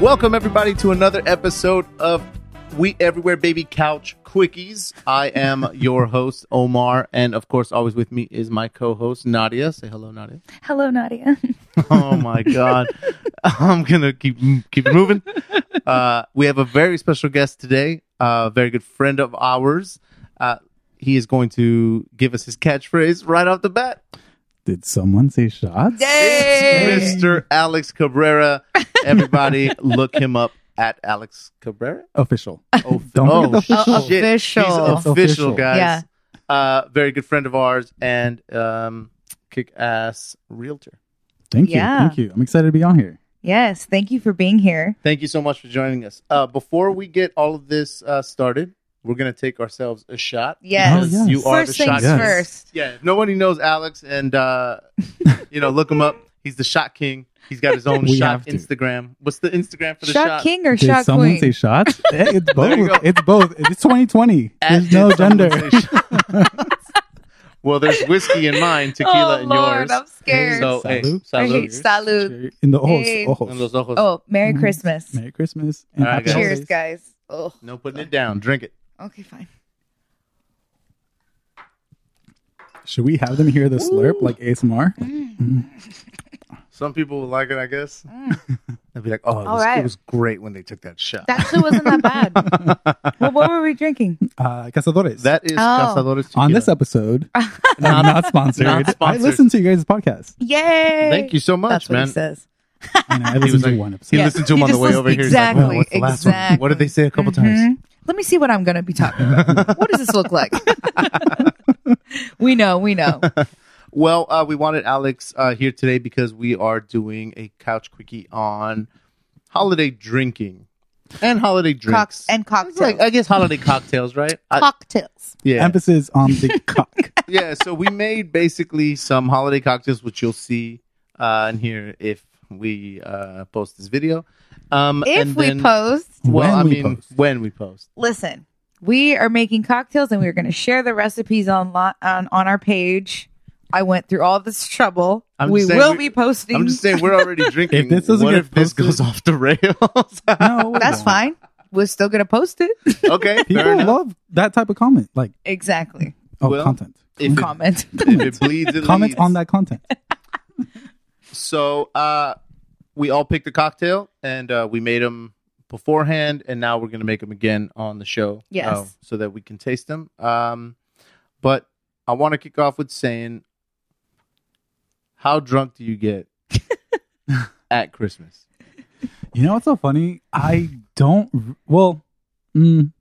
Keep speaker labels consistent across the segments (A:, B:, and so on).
A: Welcome everybody to another episode of We Everywhere Baby Couch Quickies. I am your host Omar, and of course, always with me is my co-host Nadia. Say hello, Nadia.
B: Hello, Nadia.
A: Oh my god, I'm gonna keep keep moving. Uh, we have a very special guest today, a very good friend of ours. Uh, he is going to give us his catchphrase right off the bat.
C: Did someone say shots?
A: It's Mr. Alex Cabrera. Everybody, look him up at Alex Cabrera.
C: Official.
A: Oh,
C: Don't forget the official.
A: shit.
B: Official.
A: He's
C: It's
A: official,
C: official.
A: guys.
B: Yeah.
A: Uh, very good friend of ours and um, kick ass realtor.
C: Thank you.
B: Yeah.
C: Thank you. I'm excited to be on here.
B: Yes, thank you for being here.
A: Thank you so much for joining us. Uh, before we get all of this uh, started, we're going to take ourselves a shot.
B: Yes.
A: because
C: Oh, yes.
A: You are
B: first
A: the shot
B: things
C: Yes.
A: king.
B: first.
A: Yeah, if nobody knows Alex and, uh, you know, look him up. He's the shot king. He's got his own
C: We
A: shot
C: have to.
A: Instagram. What's the Instagram for the
B: Shot,
A: shot?
B: king or
C: Did
B: shot
C: someone
B: queen?
C: say shots? Eh, it's
A: There you
C: both.
A: go.
C: It's both. It's 2020.
A: At
C: There's no
A: did someone
C: gender.
A: say shot? well, there's whiskey in mine, tequila
B: oh,
A: in
B: Lord,
A: yours.
B: I'm scared.
A: So, hey,
C: Salud.
B: Right,
A: salud.
B: salud.
C: In the ojos.
B: Hey.
C: ojos.
A: En los ojos.
B: Oh, Merry
C: Mhm.
B: Christmas.
C: Merry Christmas. and
A: All right,
C: happy
A: guys.
B: Cheers,
C: holidays.
B: guys. Oh,
A: No putting it down. Drink it.
B: okay, fine.
C: Should we have them hear the slurp like ASMR?
A: Some people will like it, I guess. They'll be like, oh, it
B: Mm. All
A: was, it
B: right.
A: was great when they took that shot.
B: That actually wasn't that bad. well, what were we drinking?
C: Uh, Cazadores.
A: that is
B: Oh.
A: Cazadores Tequila.
C: on this episode, not, not sponsored.
A: Not
C: I
A: sponsored.
C: listened to your guys' podcast.
B: Yay!
A: Thank you so much,
B: That's what
A: man.
B: he says.
C: I know, I
A: He was
C: listened to
A: like-
C: one
A: He
C: episode.
B: Yeah,
A: listened to him
B: he
A: on the
B: just
A: way
B: listened-
A: over here. He's like, "Well,
B: exactly,
A: what's the last one?
B: exactly.
A: What did they say a couple times?
B: Mhm. Let me see what I'm going to be talking about. what does this look like? we know, we know.
A: Well, uh, we wanted Alex uh, here today because we are doing a couch quickie on holiday drinking and holiday drinks
B: Cocks and
A: It's like,
B: cocktails.
A: I guess holiday cocktails, right? I,
B: cocktails.
A: yeah,
C: Emphasis on the cock.
A: yeah. So we made basically some holiday cocktails, which you'll see uh, in here if we uh, post this video. Um,
B: If
A: and
B: we
A: then-
B: post,
A: well,
C: When
A: I
C: we
A: mean,
C: post.
A: when we post,
B: listen, we are making cocktails and we're going to share the recipes on, lo- on on our page. I went through all this trouble.
A: I'm
B: we
A: just saying
B: will
A: we-
B: be posting.
A: I'm just saying we're already drinking.
C: If this doesn't
A: what
C: get
A: if this
C: posted-
A: goes off the rails?
C: No, we
B: That's
C: won't.
B: fine. We're still going to post it.
A: okay, fair
C: People
A: enough.
C: love that type of comment, like
B: exactly.
C: oh,
A: Well,
C: content.
A: if it,
B: Comment.
A: if it bleeds, it
C: Comments
A: leads.
C: on that content.
A: So uh, we all picked a cocktail and uh, we made them beforehand, and now we're gonna make them again on the show.
B: Yes.
A: uh, so that we can taste them. Um, but I want to kick off with saying, how drunk do you get at Christmas?
C: You know what's so funny? I don't. r- Well, mm,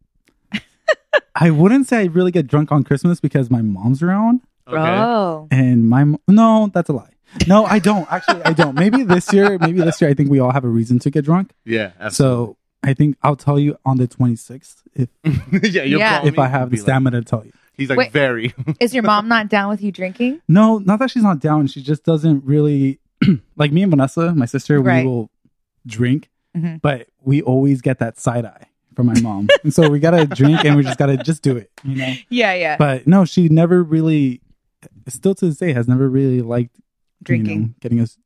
C: I wouldn't say I really get drunk on Christmas because my mom's around,
B: Oh.
C: and my mo- no, that's a lie. No, I don't. Actually, I don't. Maybe this year. Maybe this year. I think we all have a reason to get drunk.
A: Yeah. Absolutely.
C: So I think I'll tell you on the twenty sixth if
A: yeah. You'll
B: Yeah.
A: Call
C: if
A: me
C: I have
A: and
C: the
A: be like-
C: stamina to tell you.
A: he's like
B: Wait.
A: very.
B: Is your mom not down with you drinking?
C: No, not that she's not down. She just doesn't really like me and Vanessa, my sister.
B: Right.
C: We will drink,
B: Mhm.
C: but we always get that side eye from my mom, and so we gotta drink, and we just gotta just do it, you know.
B: Yeah, yeah.
C: But no, she never really, still to this day, has never really liked you
B: drinking.
C: know, getting us,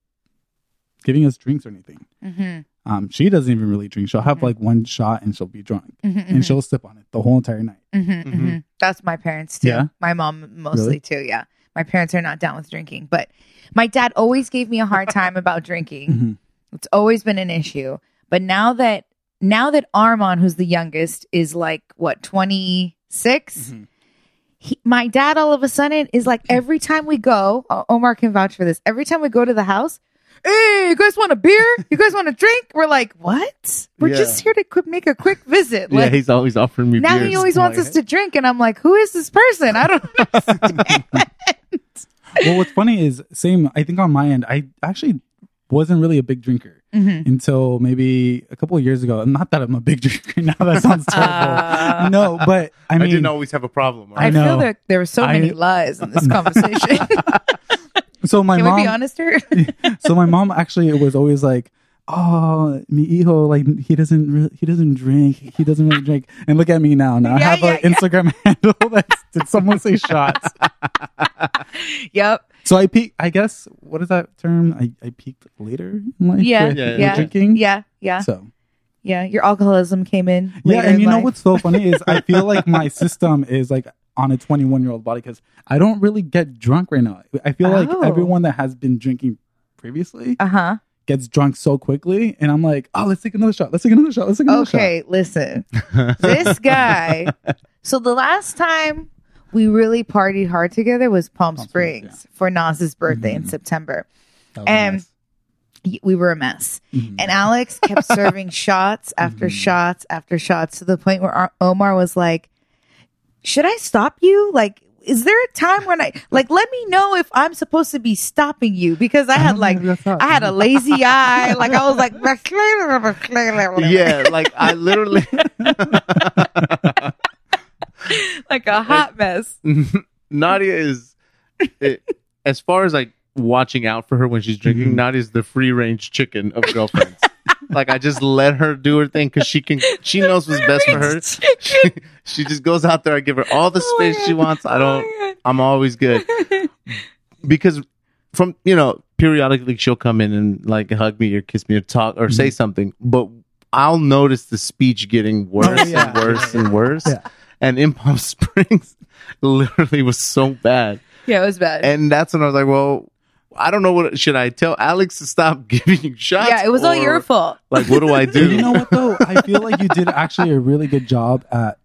C: giving us drinks or anything.
B: hmm
C: Um, she doesn't even really drink. She'll
B: Mm-hmm.
C: have like one shot and she'll be drunk, and she'll sip on it the whole entire night.
B: Mhm,
A: Mhm.
B: mhm. That's my parents too.
C: Mm-hmm. Yeah?
B: My mom mostly
C: Really?
B: too. Yeah. My parents are not down with drinking, but my dad always gave me a hard time about drinking.
C: Mhm.
B: It's always been an issue. But now that now that Armon, who's the youngest, is like what twenty
C: Mhm.
B: He, my dad all of a sudden is like
C: Mm.
B: every time we go, O- Omar can vouch for this. Every time we go to the house, hey, you guys want a beer? You guys want a drink? We're like, what? We're
A: Yeah.
B: just here to qu- make a quick visit. Like,
A: he's always offering me.
B: now he always wants us to drink, and I'm like, who is this person? I don't understand.
C: well, what's funny is same. I think on my end, I actually wasn't really a big drinker.
B: Mhm.
C: until maybe a couple of years ago. Not that I'm a big drinker now. That sounds terrible.
B: Uh.
C: no, but I
A: I,
C: mean,
A: didn't always have a problem.
B: I,
C: I
A: Right?
C: know.
B: feel like there were so many
C: I-
B: lies in this conversation.
C: so my
B: Can we be
C: mom.
B: honester?
C: so my mom actually was always like, "Oh, mi hijo, like he doesn't really, he doesn't drink. He doesn't really drink." And look at me now. Now I
B: Yeah,
C: have an
B: yeah, yeah.
C: Instagram handle that did someone say shots?
B: yep.
C: So I peak. I guess what is that term? I I peaked later in life.
B: Yeah,
C: with-
A: Yeah,
C: with
B: yeah.
C: drinking.
B: Yeah. Yeah.
C: So
B: yeah, your alcoholism came in.
C: Yeah,
B: later
C: and
B: in
C: you know
B: life.
C: what's so funny is I feel like my system is like on a 21 year old body because I don't really get drunk right now. I feel like
B: Oh.
C: everyone that has been drinking previously
B: Uh huh.
C: gets drunk so quickly, and I'm like, oh, let's take another shot. Let's take another shot. Let's take another shot.
B: Okay, listen. This guy. So the last time we really partied hard together was Palm,
C: Palm Springs, Mm-hmm.
B: Springs, for Nas's birthday in September.
C: That was
B: Um,
C: nice.
B: He- We were a mess.
C: Mhm.
B: And Alex kept serving shots after
C: Mhm.
B: shots after shots to the point where our- Omar was like, Should I stop you? Like, is there a time when I, like, let me know if I'm supposed to be stopping you? Because I
C: I
B: had
C: don't
B: like,
C: know if that's
B: I had a
C: hot.
B: lazy eye. Like, I was like,
A: yeah, like I literally
B: like a hot mess.
A: Nadia is it, as far as like watching out for her when she's drinking.
C: Mhm.
A: Nadia's the free range chicken of girlfriends. like I just let her do her thing because she can. She knows what's best for her. She, she just goes out there. I give her all the
B: Oh my
A: space she
B: God.
A: wants. I don't.
B: Oh
A: I'm always good
B: my
A: because from you know periodically she'll come in and like hug me or kiss me or talk or
C: Mm-hmm.
A: say something, but I'll notice the speech getting worse
C: Oh, yeah.
A: and worse and worse.
C: Yeah.
A: And in Palm Springs, literally was so bad,
B: yeah, it was bad.
A: and that's when I was like, well. I don't know what should I tell Alex to stop giving you shots.
B: yeah, it was all
A: or,
B: your fault.
A: Like, what do I do?
C: But you know what though? I feel like you did actually a really good job at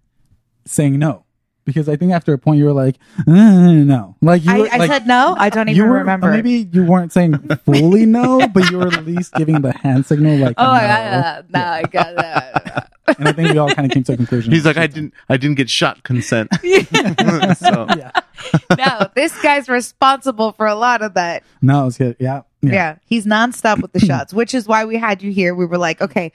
C: saying no. Because I think after a point you were like, "Uh, no. Like you
B: I,
C: were,
B: I
C: like,
B: said no. I don't even
C: you were,
B: remember.
C: Maybe you weren't saying fully no, but you were at least giving the hand signal like
B: oh,
C: no.
B: I got that. No, I got that.
C: And I think we all kind of came to a conclusion.
A: He's like, I didn't, I didn't get shot consent. so
C: yeah.
B: no, this guy's responsible for a lot of that.
C: No, it's good. Yeah.
B: Yeah. he's nonstop with the shots, which is why we had you here. We were like, okay,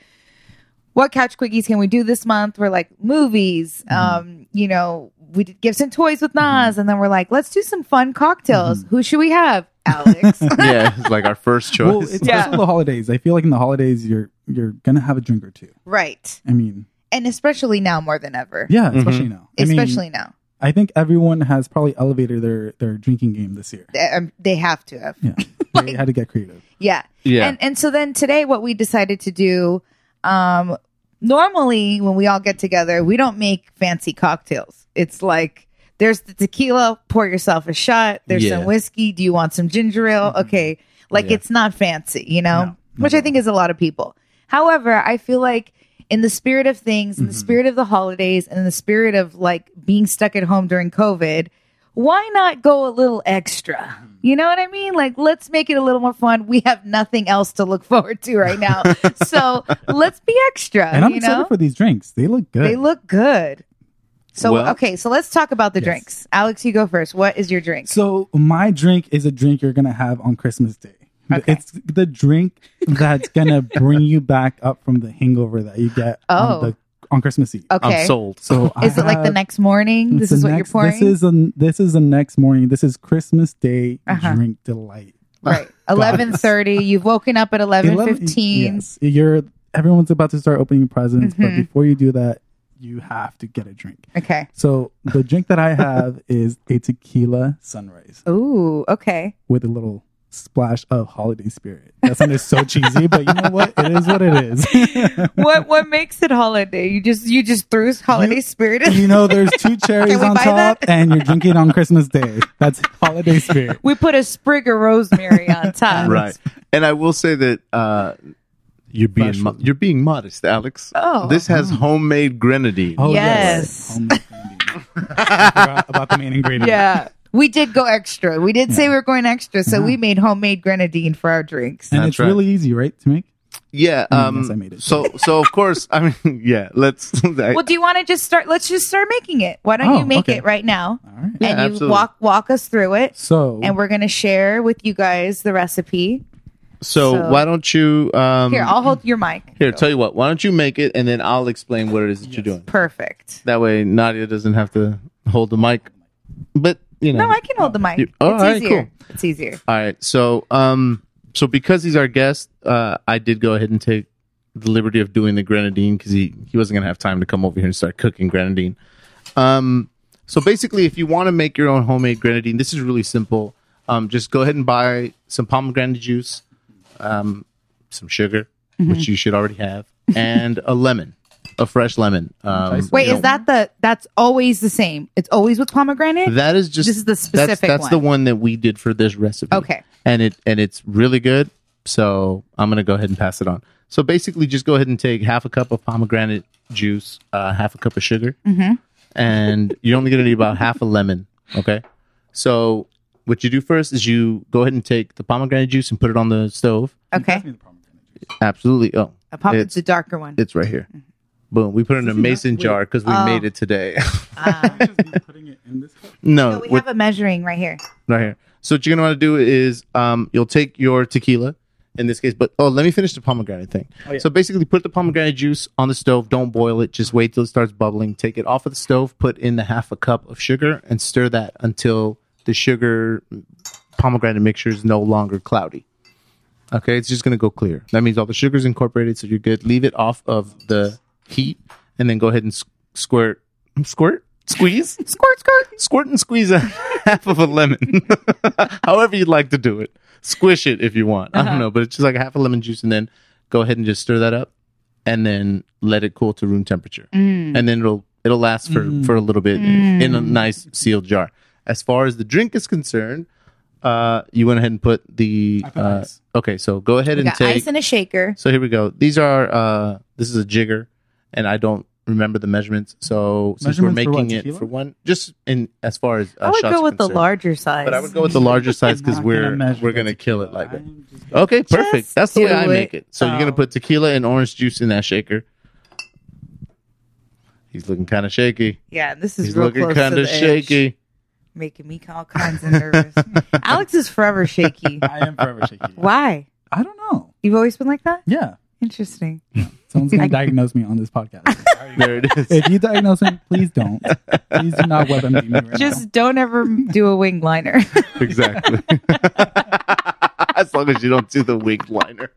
B: what couch quickies can we do this month? We're like movies.
C: Mm-hmm.
B: Um, you know, we did gifts and toys with Nas, and then we're like, let's do some fun cocktails.
C: Mm-hmm.
B: Who should we have? Alex.
A: yeah, it's like our first choice.
C: Well, it's
B: Yeah.
C: also the holidays. I feel like in the holidays you're you're gonna have a drink or two.
B: right,
C: I mean,
B: and especially now more than ever.
C: yeah,
A: Mm-hmm.
C: especially now. I mean,
B: especially now.
C: I think everyone has probably elevated their their drinking game this year.
B: They, um, they have to have.
C: Yeah, they had to get creative.
B: Yeah.
A: yeah,
B: And and so then today what we decided to do um normally when we all get together, we don't make fancy cocktails. It's like there's the tequila, pour yourself a shot. There's
A: Yeah. Mm-hmm.
B: some whiskey. Do you want some ginger ale? Okay. Like
A: Yeah.
B: it's not fancy, you know?
C: No, not
B: Which
C: at
B: I think is a lot of people. However, I feel like in the spirit of things, in
A: Mm-hmm.
B: the spirit of the holidays, and in the spirit of like being stuck at home during COVID, why not go a little extra?
C: Mm-hmm.
B: You know what I mean? Like, let's make it a little more fun. We have nothing else to look forward to right now. so let's be extra.
C: And I'm
B: Uh, you
C: excited
B: know,
C: for these drinks. They look good.
B: they look good. So,
A: Well-
B: okay, so let's talk about the
C: Yes.
B: drinks. Alex, you go first. What is your drink?
C: so my drink is a drink you're gonna have on Christmas Day.
B: Okay.
C: It's the drink that's gonna bring you back up from the hangover that you get
B: Oh.
C: on, the, on Christmas Eve.
B: okay.
A: I'm sold.
C: So I
B: is it like the
C: have-
B: next morning?
C: it's
B: This
C: the
B: is what
C: next-
B: you're pouring?
C: This is the this is the next morning. This is Christmas Day
B: Uh-huh.
C: drink delight.
B: right. 11.30. You've woken up at 11.15.
C: Yes, you're everyone's about to start opening presents, but
B: Mhm.
C: before you do that, you have to get a drink.
B: Okay.
C: So the drink that I have is a tequila sunrise
B: Ooh, okay.
C: with a little splash of holiday spirit. That sounded so cheesy, but you know what? It is what it is.
B: what what makes it holiday? You just you just threw holiday spirit in.
C: you know, there's two cherries
B: Can we
C: on
B: buy
C: top,
B: that?
C: and you're drinking on Christmas Day. That's holiday spirit.
B: We put a sprig of rosemary on top.
A: right and i will say that uh you're being mo- you're being modest alex
B: Oh.
A: this has homemade grenadine
B: Yes.
C: Homemade candy. I forgot about the main ingredient.
B: Yeah. We did go extra. We did say we were going extra, so we made homemade grenadine for our drinks.
C: And
A: That's
C: it's
A: right.
C: really easy, right, to make?
A: yeah
C: Mm,
A: um
C: yes, I made it.
A: so so of course i mean yeah let's I-
B: Well, do you want to just start? Let's just start making it. Why don't
C: Oh,
B: you make
C: okay.
B: it right now?
C: All right.
A: Yeah,
B: and you
A: absolutely.
B: walk walk us through it,
C: So
B: and we're gonna share with you guys the recipe.
A: so,
B: so-
A: why don't you um
B: Here, I'll hold your mic.
A: here tell you what why don't you make it and then i'll explain what it is that you're doing
B: Perfect.
A: that way nadia doesn't have to hold the mic but you know
B: No, I can hold the mic.
A: You- all
B: it's
A: right,
B: easier.
A: cool.
B: It's easier.
A: All right. So, um, so because he's our guest, uh, I did go ahead and take the liberty of doing the grenadine because he he wasn't gonna have time to come over here and start cooking grenadine. Um, so basically, if you want to make your own homemade grenadine, this is really simple. Um, just go ahead and buy some pomegranate juice, um, some sugar, which you should already have, and a lemon, a fresh lemon. Um,
C: Nice.
B: Wait,
A: you
B: is
A: know,
B: that the? That's always the same. It's always with pomegranate.
A: that is just
B: This is the
A: that's,
B: specific
A: that's
B: one.
A: the one that we did for this recipe.
B: Okay.
A: and it and it's really good. So I'm gonna go ahead and pass it on. So basically, just go ahead and take half a cup of pomegranate juice, uh, half a cup of sugar,
B: Mm-hmm.
A: and you're only gonna need about half a lemon. Okay, so what you do first is you go ahead and take the pomegranate juice and put it on the stove.
B: okay,
A: Absolutely. Oh,
B: a pom- Mm-hmm.
A: it's-
B: the darker one.
A: It's right here. Boom. We put it in a mason jar because we made
B: Oh.
A: it today.
C: putting it in this cup.
A: no,
B: So we
A: we're-
B: have a measuring right here.
A: right here. So what you're gonna want to do is um, you'll take your tequila in this case, but oh, let me finish the pomegranate thing.
C: yeah.
A: So basically, put the pomegranate juice on the stove. Don't boil it. Just wait till it starts bubbling. Take it off of the stove. Put in the half a cup of sugar and stir that until the sugar pomegranate mixture is no longer cloudy. Okay, it's just gonna go clear. That means all the sugar's incorporated, so you're good. Leave it off of the heat, and then go ahead and s- squirt, squirt, squeeze, squirt, squirt, squirt, and squeeze a half of a lemon. However you'd like to do it, squish it if you want. I don't know, but it's just like half a lemon juice, and then go ahead and just stir that up, and then let it cool to room temperature, and then it'll it'll last for for a little bit in a nice sealed jar. As far as the drink is concerned. Uh, you went ahead and put the
C: put
A: uh,
C: ice.
A: Okay, so go ahead
B: We
A: and
B: got
A: take.
B: ice in a shaker.
A: so here we go. These are uh this is a jigger, and I don't remember the measurements. So since we're
C: Measurements for
A: making
C: what,
A: it
C: tequila?
A: for one, just in as far as uh,
B: I would
A: shots
B: go
A: are
B: with the
A: concerned.
B: larger size.
A: But I would go with the larger size because
C: Not
A: we're
C: measure
A: we're
C: the
A: gonna kill it
C: tequila.
A: like that.
C: I'm just gonna-
A: Okay, perfect. That's the way
B: do
A: I make
B: it.
A: it. So you're gonna
B: Oh.
A: put tequila and orange juice in that shaker. He's looking kind of shaky.
B: yeah, this is
A: He's
B: real
A: looking
B: close
A: kind
B: to
A: of
B: the edge.
A: shaky.
B: making me all kinds of nervous. Alex is forever shaky.
C: I am forever shaky.
B: Why?
C: I don't know.
B: You've always been like that.
C: Yeah.
B: Interesting.
C: Someone's going to diagnose me on this podcast.
A: There it is.
C: if you diagnose me, please don't. Please do not WebMD me right now.
B: Just don't ever do a wing liner.
A: exactly. as long as you don't do the wink liner.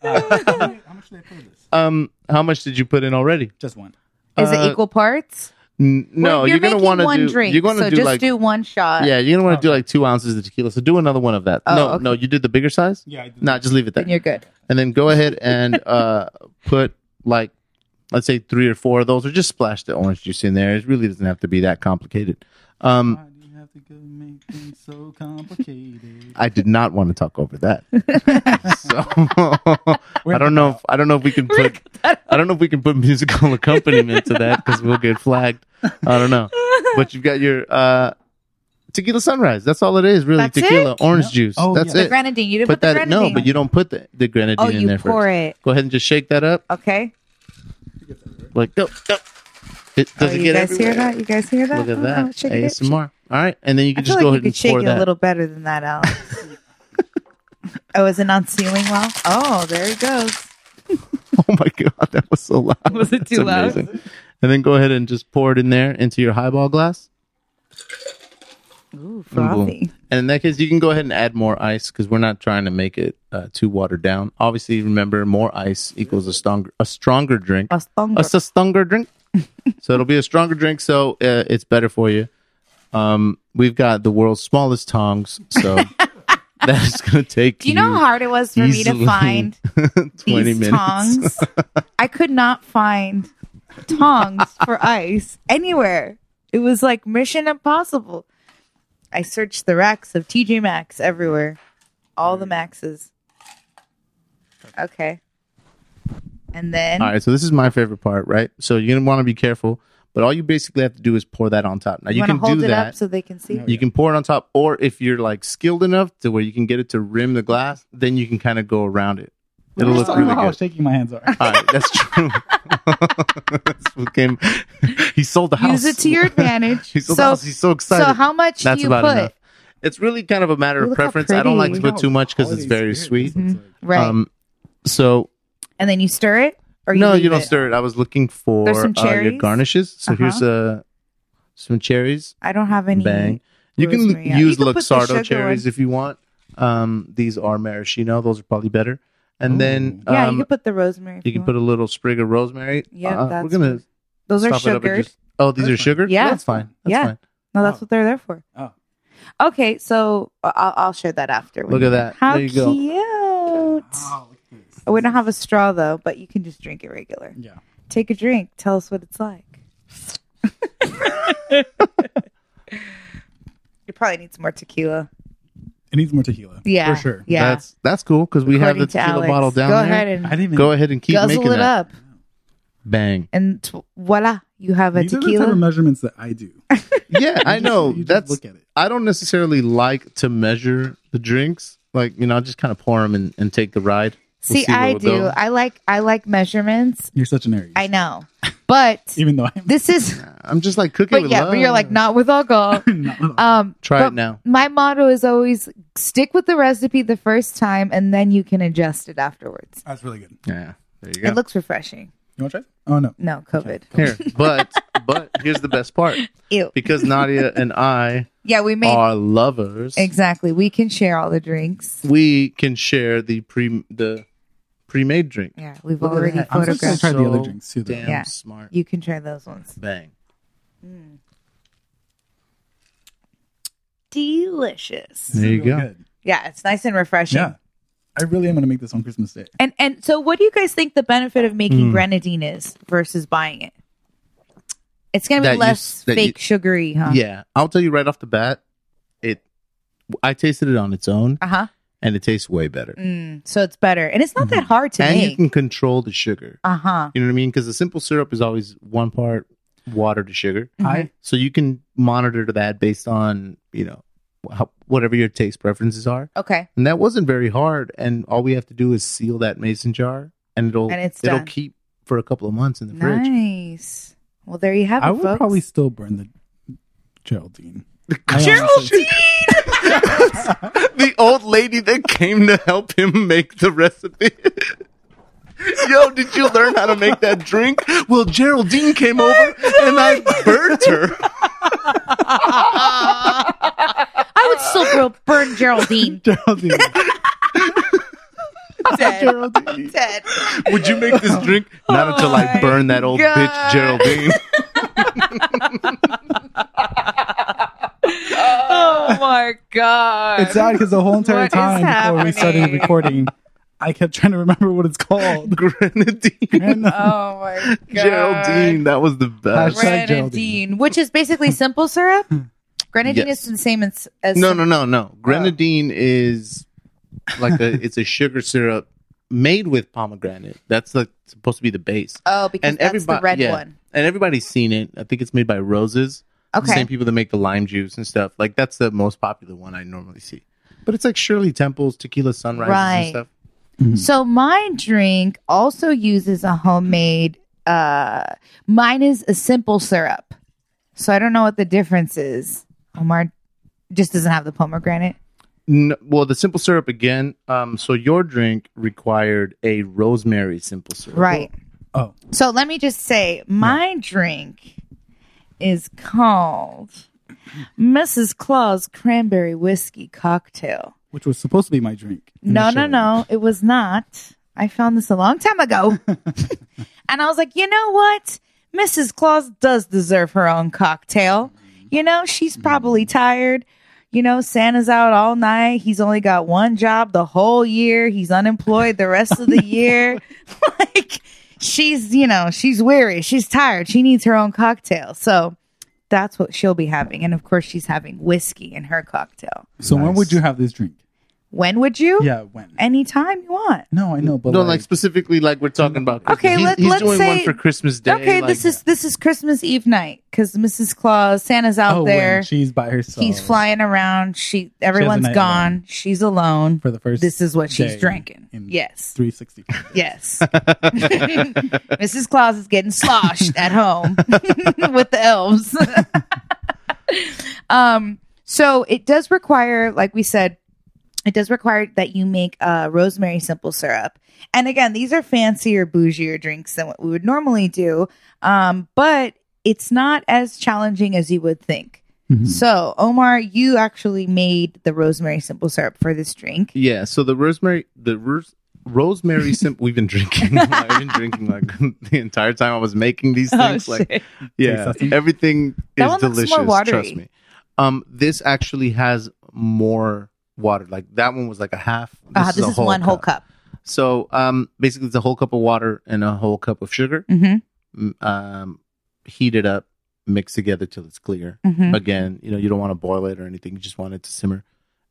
C: How much did I put this?
A: Um, how much did you put in already?
C: Just one.
B: Is
A: Uh,
B: it equal parts?
A: N- no,
B: Well,
A: you're, gonna
B: making
A: want to
B: one
A: do.
B: drink.
A: you're gonna
B: so
A: do
B: just
A: like
B: do one shot.
A: yeah, you're gonna want to do like two ounces of tequila. So do another one of that.
B: Oh,
A: no,
B: okay.
A: no, you did the bigger size.
C: Yeah, I did.
A: Nah, just leave it there,
B: and you're good.
A: and then go ahead and uh, put like let's say three or four of those, or just splash the orange juice in there. It really doesn't have to be that complicated. Um,
C: Why do you have to go make things so complicated?
A: I did not want to talk over that. so I don't know. If, I don't know if we can put. I don't know if we can put musical accompaniment to that because we'll get flagged. I don't know. But you've got your uh, tequila sunrise. That's all it is, really.
B: That's
A: tequila, orange juice.
C: Oh,
A: That's
C: yeah.
A: it.
B: Grenadine. You didn't
A: Put
B: put, the
A: that. No,
B: grenadine.
A: but you don't put the, the grenadine
B: Oh,
A: in
B: you
A: there
B: pour
A: first.
B: it.
A: Go ahead and just shake that up.
B: Okay.
A: Like go go. It
B: Oh,
A: does it
B: you
A: get
B: guys
A: everywhere?
B: hear that? You guys hear that?
A: Look at
B: Oh,
A: that.
B: oh, shake it.
A: ASMR. All right, and then you
B: I
A: can
B: feel
A: just
B: like
A: go
B: you
A: ahead
B: could
A: and
B: shake
A: pour
B: it
A: that.
B: a little better than that, Alex. oh, is it not sealing well? Oh, there it goes.
A: Oh my god, that was so loud.
B: Was it
A: That's
B: too loud?
A: amazing. And then go ahead and just pour it in there into your highball glass.
B: Ooh,
A: and boom.
B: frothy.
A: And in that case, you can go ahead and add more ice because we're not trying to make it uh, too watered down. Obviously, remember more ice equals a stronger a stronger drink.
B: A stronger.
A: A s- stronger drink. so it'll be a stronger drink. So uh, it's better for you. Um, we've got the world's smallest tongs, so that's gonna take
B: Do you know how hard it was for me
A: easily
B: to find
A: twenty
B: these
A: minutes.
B: tongs. I could not find tongs for ice anywhere. It was like Mission Impossible. I searched the racks of TJ Maxx everywhere, all the Maxes. Okay, and then
A: All right, so this is my favorite part, right? So you're gonna want to be careful, but all you basically have to do is pour that on top. Now you,
B: you, want to
A: can
B: hold
A: do
B: it
A: that.
B: up so they can see.
A: you can pour it on top, or if you're like skilled enough to where you can get it to rim the glass, then you can kind of go around it. It'll
C: We're
A: look
C: talking
A: really
C: about how
A: good.
C: shaking my hands are.
A: All right, that's true. That's what came- he sold the house.
B: Use it to your advantage.
A: he sold the
B: so,
A: house. He's so excited.
B: so how much
A: that's
B: do you
A: about
B: put?
A: enough. It's really kind of a matter of
B: Look how
A: preference. I don't like to
B: pretty.
A: put too much because it's very sweet.
B: Right,
A: Um, so
B: and then you stir it, or you
A: no,
B: leave
A: you don't
B: it?
A: stir it. I was looking for
B: There's some
A: uh, your
B: cherries.
A: garnishes. So
B: Uh-huh.
A: here's uh, some cherries.
B: I don't have any.
A: Bang. You can
B: rosemary, yeah.
A: use
B: You can put the
A: Luxardo
B: sugar
A: cherries
B: one.
A: if you want. Um, these are maraschino. Those are probably better. And then um,
B: Yeah, you can put the rosemary. if
A: you can
B: want.
A: put a little sprig of rosemary.
B: Yeah,
A: Uh, we're
B: that's
A: gonna
B: what- Those are
A: chop it up and
B: sugared.
A: just- oh, these are
C: That's fine.
A: sugar.
B: Yeah.
A: that's fine. That's
B: Yeah.
A: fine.
B: No, that's what they're there for.
C: Oh.
B: Okay, so I- I'll, I'll share that after. with
A: Look at
B: you.
A: that.
B: How
A: There you go.
B: cute.
C: Oh, look at this.
B: I wouldn't have a straw though, but you can just drink it regular.
C: Yeah.
B: Take a drink. Tell us what it's like. you probably need some more tequila.
C: It needs more tequila.
B: Yeah,
C: For sure.
B: Yeah.
A: That's that's cool because we have
B: According
A: the
B: to
A: tequila
B: Alex.
A: bottle down
B: Go
A: there.
B: ahead
C: I
B: and
C: didn't even
A: Go ahead and keep
B: guzzle
A: making
B: it
A: that.
B: up,
A: Bang.
B: and t- voila, you have a
C: These are the type
B: tequila.
C: of measurements that I do.
A: Yeah, I
C: You just-
A: know.
C: you just
A: That's
C: look at it.
A: I don't necessarily like to measure the drinks. Like you know, I just kind of pour them and, and take the ride. We'll
B: see,
A: where
B: I
A: we'll
B: do.
A: go.
B: I like I like measurements.
C: You're such an Aries.
B: I know, but
C: Even though I'm
B: this is.
A: I'm just like cooking.
B: But
A: with
B: yeah,
A: love.
B: but you're like not with alcohol.
C: not.
B: Um,
A: Try
B: but
A: it now.
B: My motto is always stick with the recipe the first time, and then you can adjust it afterwards.
C: That's really good.
A: Yeah, there you go.
B: It looks refreshing.
C: You want to try? it? Oh no.
B: No, COVID.
A: Here, but but here's the best part
B: Ew.
A: because Nadia and I
B: Yeah, we made
A: are lovers.
B: exactly. We can share all the drinks.
A: We can share the pre the pre-made drink.
B: Yeah, we've
A: Look at
B: already
A: that. I'm so
C: Gotta
B: photographed.
C: try the other
A: So
C: drinks, too, though.
A: Damn
B: Yeah.
A: smart.
B: you can try those ones.
A: Bang.
B: Delicious.
A: There you
C: Really
A: go.
C: good.
B: Yeah, it's nice and refreshing.
C: Yeah. I really am gonna make this on Christmas Day.
B: And and so, what do you guys think the benefit of
A: Hmm.
B: making grenadine is versus buying it? It's gonna be
A: That you
B: less
A: s- that you-
B: fake sugary, huh?
A: Yeah, I'll tell you right off the bat. It, I tasted it on its own,
B: Uh huh.
A: and it tastes way better.
B: Mm, so it's better, and it's not that hard to
A: Mm-hmm. And you
B: make.
A: can control the sugar.
B: Uh huh.
A: You know what I mean? Because the simple syrup is always one part water to sugar,
B: Mm-hmm.
C: I
A: so you can monitor that based on you know how, whatever your taste preferences are.
B: Okay.
A: And that wasn't very hard. And all we have to do is seal that mason jar, and it'll
B: And it's
A: it'll
B: done.
A: keep for a couple of months in the fridge.
B: Nice. Well, there you have it,
C: I would
B: folks.
C: probably still burn the Geraldine. I honestly-
B: Geraldine.
A: the old lady that came to help him make the recipe. Yo, did you learn how to make that drink? Well, Geraldine came over and I burnt her.
B: I would still bur- burn Geraldine.
C: Geraldine.
B: Dead.
C: Geraldine.
B: Dead.
A: Would you make this drink? Not until I
B: Oh my
A: burn that old
B: God.
A: bitch Geraldine.
B: Oh my god.
C: It's sad because the whole
B: What
C: entire
B: is
C: time before we started
B: happening?
C: recording, I kept trying to remember what it's called.
A: Grenadine.
C: And, uh,
B: Oh my god.
A: Geraldine, that was the best.
C: Hashtag
B: Grenadine,
C: Geraldine.
B: which is basically simple syrup. Grenadine
A: Hmm. Yes.
B: is the same as, as
A: No, no, no,
B: Oh.
A: no. Grenadine is like a it's a sugar syrup made with pomegranate. That's like supposed to be the base.
B: Oh, because
A: and
B: that's
A: everybody
B: the red
A: yeah.
B: one.
A: And everybody's seen it. I think it's made by roses. The
B: Okay.
A: same people that make the lime juice and stuff. Like that's the most popular one I normally see. But it's like Shirley Temple's tequila sunrises
B: Right.
A: and stuff.
B: So my drink also uses a homemade uh mine is a simple syrup. So I don't know what the difference is. Omar just doesn't have the pomegranate.
A: N well, the simple syrup again. Um, so your drink required a rosemary simple syrup.
B: Right.
C: oh,
B: So let me just say my drink is called Mrs. Claus Cranberry Whiskey Cocktail.
C: which was supposed to be my drink.
B: No, no,
C: initially.
B: no. It was not. I found this a long time ago. and I was like, you know what? Mrs. Claus does deserve her own cocktail. You know, she's probably tired. You know, Santa's out all night. He's only got one job the whole year. He's unemployed the rest of the year. like, she's, you know, she's weary. She's tired. She needs her own cocktail. So that's what she'll be having. And of course, she's having whiskey in her cocktail.
C: So when
A: Nice.
C: would you have this drink?
B: When would you?
C: Yeah, when?
B: Anytime you want.
C: No, I know, but
A: No, like
C: like,
A: specifically, like we're talking about. Christmas.
B: Okay,
A: he's,
B: let-
A: he's
B: let's
A: doing one
B: say-
A: for Christmas Day.
B: Okay,
A: like-
B: this is this is Christmas Eve night because Mrs. Claus, Santa's out
C: oh,
B: there.
C: when she's uh, by herself.
B: He's flying around. She everyone's
C: night
B: gone. She's alone.
C: for the first.
B: This is what she's
C: day
B: drinking.
C: in
B: Yes,
C: 360.
B: yes. Mrs. Claus is getting sloshed at home with the elves. um. So it does require, like we said, it does require that you make uh, rosemary simple syrup. And again, these are fancier, bougier drinks than what we would normally do, um, but it's not as challenging as you would think.
C: Hmm. Mm-hmm.
B: So, Omar, you actually made the rosemary simple syrup for this drink.
A: Yeah, so the rosemary, the ros- rosemary simple. We've been drinking. I've been drinking like the entire time I was making these
B: Oh,
A: things. like, yeah,
C: Tastes awesome.
A: everything
B: That
A: is
B: one looks more
A: delicious.
B: watery.
A: Trust me. Um, this actually has more water. Like that one was like a half. This,
B: Uh,
A: is
B: this
A: a
B: is one whole cup.
A: So um, basically, it's a whole cup of water and a whole cup of sugar,
B: Mm-hmm.
A: m- um, heated up, mixed together till it's clear.
B: Mm-hmm.
A: Again, you know, you don't want to boil it or anything. You just want it to simmer.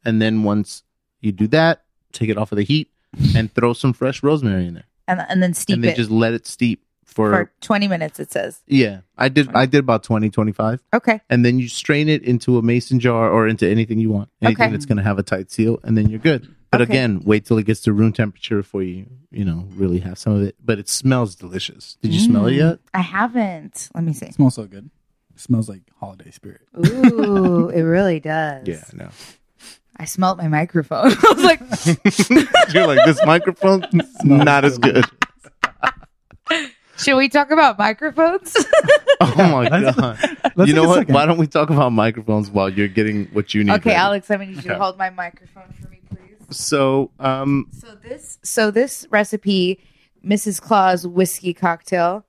A: And then once you do that, take it off of the heat and throw some fresh rosemary in there,
B: And, and then steep
A: and then
B: it
A: just let it steep for,
B: for 20 minutes, it says.
A: yeah. I did I did about 20, 25.
B: Okay.
A: and then you strain it into a mason jar or into anything you want, anything
B: Okay.
A: that's going to have a tight seal, and then you're good. But
B: Okay.
A: again, wait till it gets to room temperature before you, you know, really have some of it. But it smells delicious. Did you smell it
B: Mm.
A: yet?
B: I haven't. Let me see.
C: It smells so good. It smells like holiday spirit.
B: Ooh, it really does.
A: no.
B: I smelled my microphone. I was like,
A: you're like this microphone, not as good.
B: should we talk about microphones?
A: Oh my
C: Let's-
A: god!
C: Let's
A: you know
C: take a
A: what?
C: second.
A: Why don't we talk about microphones while you're getting what you need?
B: okay,
A: ready?
B: Alex, I'm going to need you to
A: Okay.
B: hold my microphone for me, please.
A: So, um,
B: So this, so this recipe, Mrs. Claus whiskey cocktail.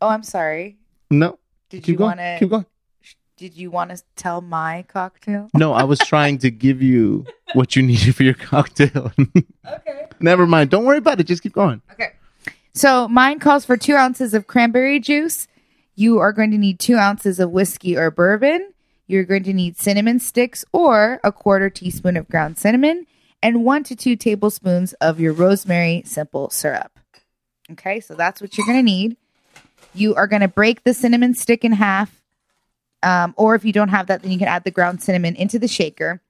B: Oh, I'm sorry.
A: no,
B: Did
A: keep
B: you
A: going.
B: want to?
A: Keep going.
B: Did you want to tell my cocktail?
A: No, I was trying to give you what you needed for your cocktail.
B: Okay.
A: Never mind. Don't worry about it. Just keep going.
B: Okay. So mine calls for two ounces of cranberry juice. You are going to need two ounces of whiskey or bourbon. You're going to need cinnamon sticks or a quarter teaspoon of ground cinnamon and one to two tablespoons of your rosemary simple syrup. Okay, so that's what you're going to need. You are going to break the cinnamon stick in half. Um, or if you don't have that, then you can add the ground cinnamon into the shaker.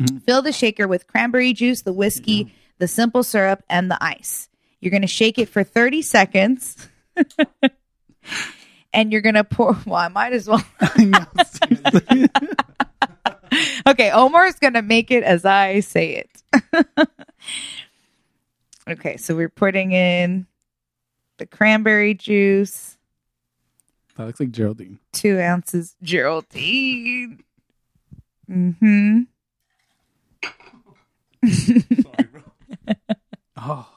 C: Mhm.
B: Fill the shaker with cranberry juice, the whiskey, the simple syrup, and the ice. You're going to shake it for 30 seconds. and you're going to pour. Well, I might as well. Okay, Omar's going to make it as I say it. okay, so we're putting in the cranberry juice,
C: that looks like Geraldine.
B: two ounces Geraldine. Mm hmm.
C: Oh,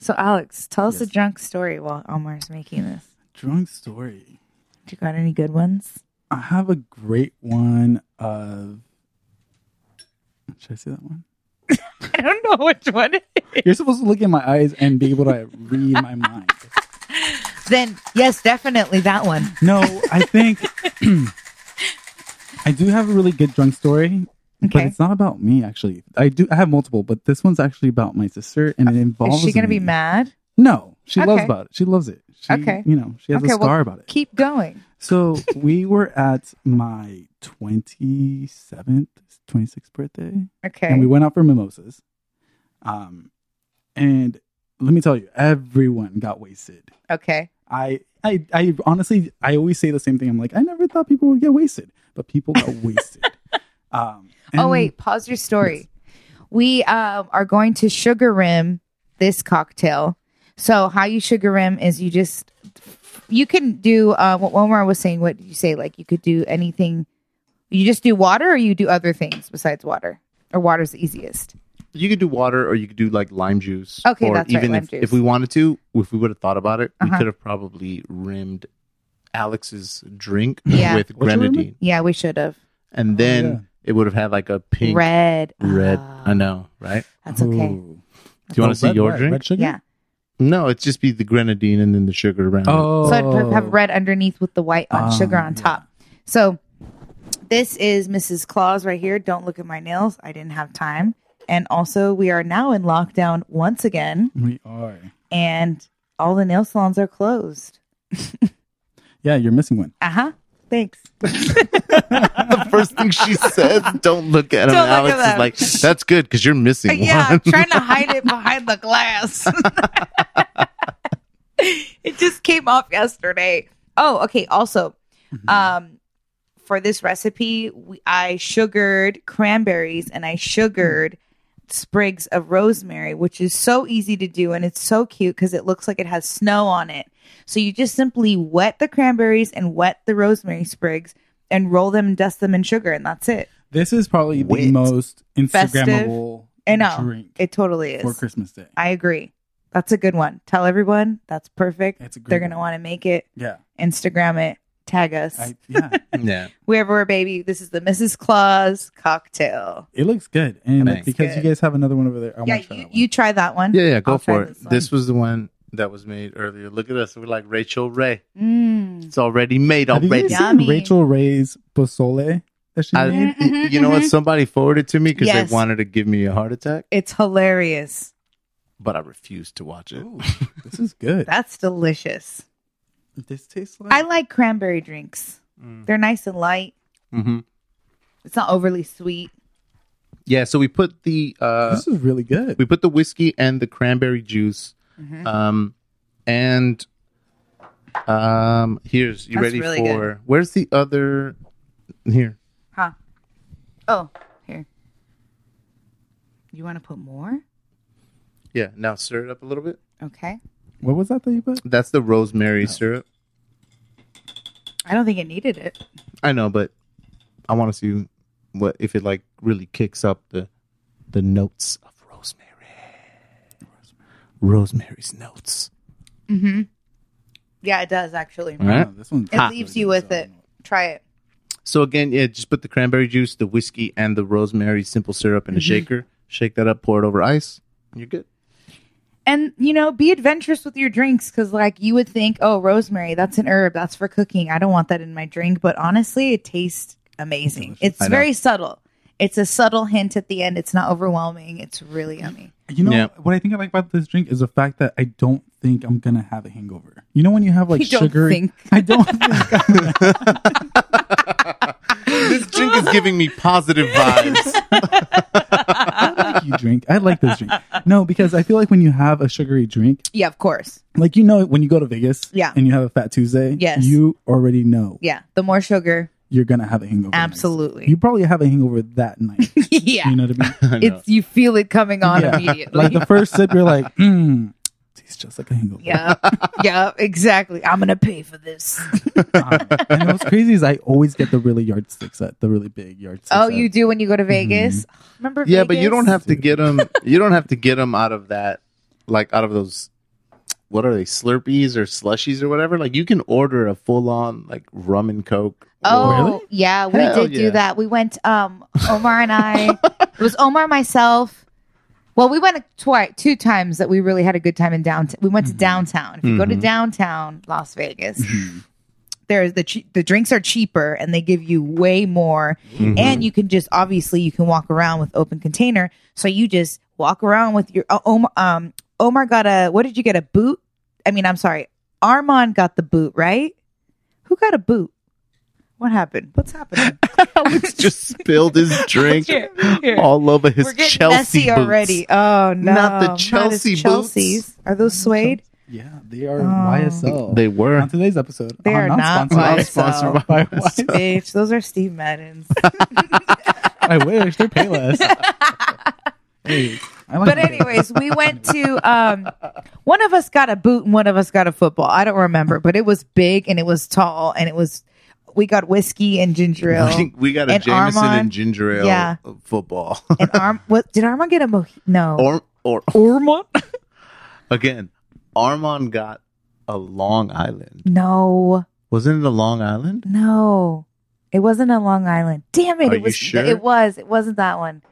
B: So, Alex, tell us
C: Yes.
B: a drunk story while Omar's making this.
C: drunk story.
B: Do you got any good ones?
C: I have a great one of. Should I say that one?
B: I don't know which one. it is.
C: You're supposed to look in my eyes and be able to read my mind.
B: Then, yes, definitely that one.
C: No, I think I do have a really good drunk story, but
B: Okay.
C: it's not about me actually. I do I have multiple, but this one's actually about my sister, and it involves.
B: Is she going to
C: me.
B: be mad?
C: No, she loves
B: Okay.
C: about it. She loves it. She,
B: Okay.
C: you know she has
B: Okay,
C: a
B: well,
C: star about it.
B: Keep going.
C: So we were at my twenty seventh, twenty sixth birthday
B: Okay.
C: and we went out for mimosas. Um, and let me tell you, everyone got wasted.
B: okay.
C: I, I, I honestly, I always say the same thing. I'm like, I never thought people would get wasted, but people got wasted. Um,
B: oh
C: and-
B: wait, pause your story. We um, are going to sugar rim this cocktail. So how you sugar rim is you just you can do uh, what Omar was saying. What did you say? Like you could do anything. You just do water, or you do other things besides water, or water's the easiest.
A: You could do water, or you could do like lime juice.
B: Okay,
A: or
B: that's right, lime
A: if,
B: juice.
A: if we wanted to, if we would have thought about it,
B: Uh-huh.
A: we could have probably rimmed Alex's drink
B: Yeah.
A: with
C: What'd you rim it? Oh,
A: grenadine,
B: Yeah, we should have
A: and then
C: yeah.
A: it would have had like a pink red.
B: red. Ah,
A: I know, right?
B: that's okay.
C: Ooh. Oh,
A: Do you want to see
C: red
A: your
C: wine,
A: drink?
C: Red sugar?
B: Yeah.
A: No, it'd just be the grenadine and then the sugar around. it.
C: Oh,
B: So I'd have red underneath with the white on
C: Ah,
B: sugar on
C: yeah.
B: top. So this is Mrs. Claus right here. Don't look at my nails. I didn't have time. And also, we are now in lockdown once again,
C: We are.
B: and all the nail salons are closed.
C: Yeah, you're missing one.
B: Uh huh. Thanks.
A: the first thing she says, "Don't look at him."
B: Don't look
A: Alex
B: at them.
A: is like, "That's good because you're missing
B: Uh, yeah,
A: one."
B: I'm trying to hide it behind the glass. it just came off yesterday. Oh, okay. Also, um, for this recipe, we, I sugared cranberries and I sugared sprigs of rosemary, which is so easy to do. And it's so cute because it looks like it has snow on it. So you just simply wet the cranberries and wet the rosemary sprigs and roll them and dust them in sugar. And that's it.
C: This is probably
A: Wait.
C: the most Instagrammable
B: I know.
C: drink
B: It totally is.
C: for Christmas Day.
B: I agree. That's a good one. Tell everyone that's perfect.
C: It's a great
B: They're going to
C: one.
B: want to make it,
C: yeah.
B: Instagram it, tag us.
C: I, yeah,
A: Yeah.
B: we ever were a baby. This is the Mrs. Claus cocktail.
C: it looks good, and
A: Thanks.
C: because
B: Good.
C: you guys have another one over there, I
B: yeah,
C: want to try
B: you,
C: that one.
B: you try that one.
A: Yeah, yeah, go
B: I'll try
A: for it.
B: this one.
A: This was the one that was made earlier. Look at us. We're like Rachel Ray.
B: Mm.
A: It's already made
C: have you
A: already.
C: guys
B: Yummy.
C: seen Rachel Ray's Bosole that she
A: I-
C: made?
B: Mhm, mhm,
A: you know what?
B: mhm.
A: Somebody forwarded to me because
B: Yes.
A: they wanted to give me a heart attack,
B: It's hilarious.
A: but I refused to watch it.
C: this is good.
B: That's delicious.
C: this tastes like
B: I like cranberry drinks.
C: Mm.
B: They're nice and light.
A: hmm
B: It's not overly sweet.
A: Yeah, so we put the uh,
C: this is really good.
A: we put the whiskey and the cranberry juice,
B: Mm-hmm.
A: um, and um, here's you
B: That's
A: ready
B: really
A: for? Where's the other? Here,
B: Huh. Oh, here. You want to put more?
A: yeah. Now stir it up a little bit.
B: Okay.
C: What was that that you put?
A: That's the rosemary syrup.
B: I don't think it needed it.
A: I know, but I want to see what if it like really kicks up the the notes of rosemary. Rosemary's notes.
B: Yeah, it does actually.
A: All right.
C: Oh, this one
B: It leaves you with it. Try it.
A: So again, yeah, just put the cranberry juice, the whiskey, and the rosemary simple syrup
B: Mm-hmm.
A: in a shaker. Shake that up, pour it over ice, and you're good.
B: And you know, be adventurous with your drinks because, like, you would think, oh, rosemary, that's an herb, that's for cooking. I don't want that in my drink, but honestly, it tastes amazing. It's
A: I know.
B: very subtle. It's a subtle hint at the end. It's not overwhelming. It's really
A: Mm.
B: yummy.
C: You know
A: Yeah.
C: what I think I like about this drink is the fact that I don't think I'm gonna have a hangover. You know when you have like
B: You don't
C: sugary.
B: think.
C: I don't think. I'm-
A: This drink is giving me positive vibes.
C: I like you drink. I like this drink. No, because I feel like when you have a sugary drink,
B: Yeah, of course.
C: like you know when you go to Vegas,
B: Yeah.
C: and you have a Fat Tuesday,
B: Yes.
C: you already know
B: Yeah, the more sugar,
C: you're gonna have a hangover. the next day.
B: absolutely.
C: you probably have a hangover that night.
B: yeah,
C: You know what I mean?
B: it's you feel it coming on
C: Yeah.
B: immediately.
C: like the first sip, you're like, mm, tastes just like a hangover.
B: yeah, yeah, exactly. I'm gonna pay for this.
C: and what's crazy is I always get the really yardsticks at the really big yardsticks.
B: oh,
C: at-
B: you do when you go to Vegas. Remember?
A: Mm-hmm. yeah, but you
B: Vegas?
A: don't have to get them. You don't have to get them out of that, like out of those. What are they? Slurpees or slushies or whatever. Like you can order a full on like rum and coke.
B: Oh
C: Really?
B: yeah, we
A: Hell
B: did
A: yeah.
B: do that. We went um Omar and I it was Omar myself. Well, we went twice two times that we really had a good time in downtown. We
A: Mm-hmm.
B: went to downtown. If you go to downtown Las Vegas, there's the che- the drinks are cheaper and they give you way more
A: Mm-hmm.
B: and you can just obviously you can walk around with open container. So you just walk around with your uh, Omar um Omar got a what did you get a boot? I mean, I'm sorry. Armand got the boot, right? Who got a boot? What happened? What's happening?
A: Alex just spilled his drink
B: Here, here.
A: all over his
B: We're getting
A: Chelsea
B: messy
A: boots.
B: already. Oh no,
A: Not the
B: his
A: Chelsea boots.
B: Chelsea's. Are those suede?
C: Yeah, they are YSL.
A: Um, They were.
C: on today's episode.
B: They
C: on
B: are not
C: non-sponsored-
B: YSL.
C: sponsored by YSL.
B: Bitch, those are Steve Madden's.
C: I wish they're payless. hey, I like
B: but
C: Payless.
B: anyways, we went to um, one of us got a boot and one of us got a football. I don't remember, but it was big and it was tall and it was. We got whiskey and ginger
A: I
B: ale.
A: think we got a
B: And
A: Jameson and
B: Armand-
A: ginger ale
B: Yeah.
A: football.
B: and Arm, what did Armand get a mojito? No,
A: or or
B: Ormond.
A: again, Armand got a Long Island.
B: No,
A: Wasn't it a Long Island?
B: no, it wasn't a Long Island. Damn it!
A: Are
B: it
A: you
B: was.
A: sure?
B: It was. It wasn't that one.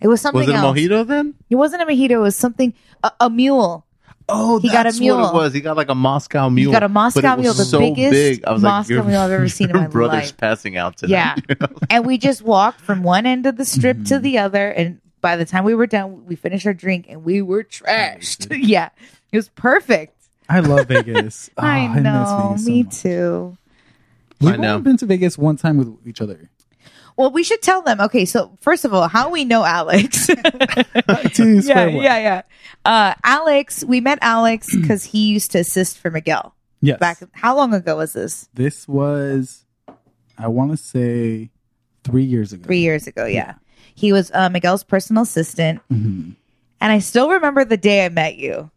B: It was something
A: Was it a
B: else.
A: mojito then?
B: It wasn't a mojito. It was something a, a mule.
A: Oh,
B: He got a
A: that's what
B: mule.
A: it was. He got like a Moscow
B: You
A: mule.
B: got a
A: but
B: Moscow
A: it was
B: mule, the
A: so
B: biggest
A: big. I was
B: Moscow
A: like, your-
B: mule I've ever seen in
A: your
B: my
A: brother's
B: life.
A: passing out today.
B: Yeah, and we just walked from one end of the strip to
C: Mm-hmm.
B: the other, and by the time we were done, we finished our drink and we were trashed. yeah, it was perfect.
C: I love Vegas. Oh,
B: I
C: miss
B: know,
C: Vegas so
B: me
C: much.
B: too.
A: I
C: We've
A: know.
C: only been to Vegas one time with each other.
B: Well, we should tell them. Okay, so first of all, how we know Alex?
C: To
B: yeah,
C: square one.
B: yeah, yeah. Uh, Alex, we met Alex because he used to assist for Miguel
C: Yes.
B: back. How long ago was this?
C: This was, I want to say, three years ago.
B: three years ago. Yeah. He was uh, Miguel's personal assistant.
C: Mhm.
B: And I still remember the day I met you.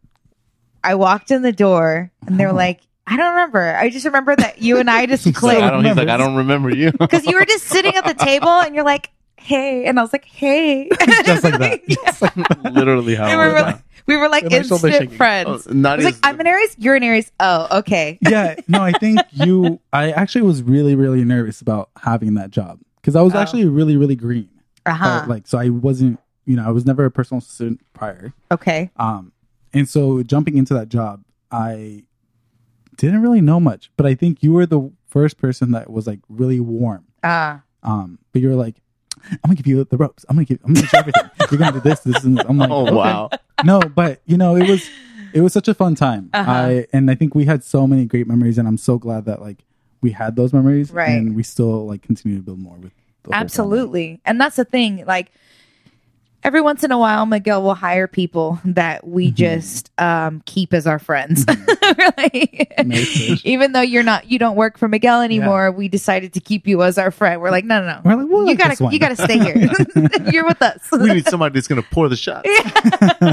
B: I walked in the door and they were like, I don't remember. I just remember that you and I just
A: He's like, I
B: clicked
A: don't, he's like,
C: Remember.
A: I don't remember you.
B: because you were just sitting at the table and you're like, hey. And I was like, hey.
C: Just like that.
B: Yeah.
A: Literally how
B: And
A: it
B: we were
A: was.
B: like, We were like
D: Am I still
B: instant
D: shaking?
A: Oh,
B: friends. I was
A: Nadia's
B: like, I'm an Aries, you're an Aries. Oh, okay.
C: yeah, no, I think you. I actually was really, really nervous about having that job because I was
B: Oh.
C: actually really, really green.
B: Uh
C: Uh,
B: huh.
C: like, so I wasn't, you know, I was never a personal student prior.
B: okay.
C: Um, and so jumping into that job, I didn't really know much, but I think you were the first person that was like really warm.
B: Uh,
C: Um, but you were like, I'm gonna give you the ropes. I'm gonna give. I'm gonna teach you everything. You're gonna do this, this, and this. I'm like,
A: oh
C: "Okay."
A: wow,
C: no, but you know, it was it was such a fun time.
B: Uh-huh.
C: I and I think we had so many great memories, and I'm so glad that like we had those memories,
B: Right.
C: And we still like continue to build more with the whole family.
B: absolutely. And that's the thing. Like, every once in a while, Miguel will hire people that we
C: Mm-hmm.
B: just um, keep as our friends. Really.
C: Makes sense.
B: Even though you're not, you don't work for Miguel anymore. We decided to keep you as our friend. We're like, no, no, no.
C: We're like, we'll
B: you
C: like
B: gotta,
C: this one.
B: you gotta stay here. you're with us.
A: we need somebody that's gonna pour the shots.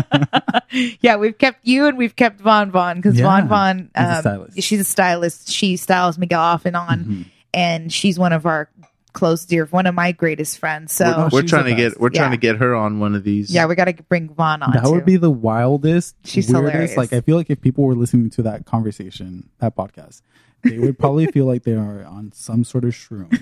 B: yeah, we've kept you and we've kept Von Von because
C: Yeah.
B: Von Von,
C: He's a
B: um,
C: stylist. Mm-hmm.
B: she's a stylist. She styles Miguel off and on, and she's one of our close dear, one of my greatest friends. So
C: Oh,
A: we're
C: she's
A: trying
C: the
A: to get
C: best.
A: we're trying
B: Yeah.
A: to get her on one of these.
B: yeah, we got to bring Von on.
C: That
B: too.
C: would be the wildest,
B: She's
C: weirdest.
B: hilarious.
C: Like, I feel like if people were listening to that conversation, that podcast, they would probably feel like they are on some sort of shroom.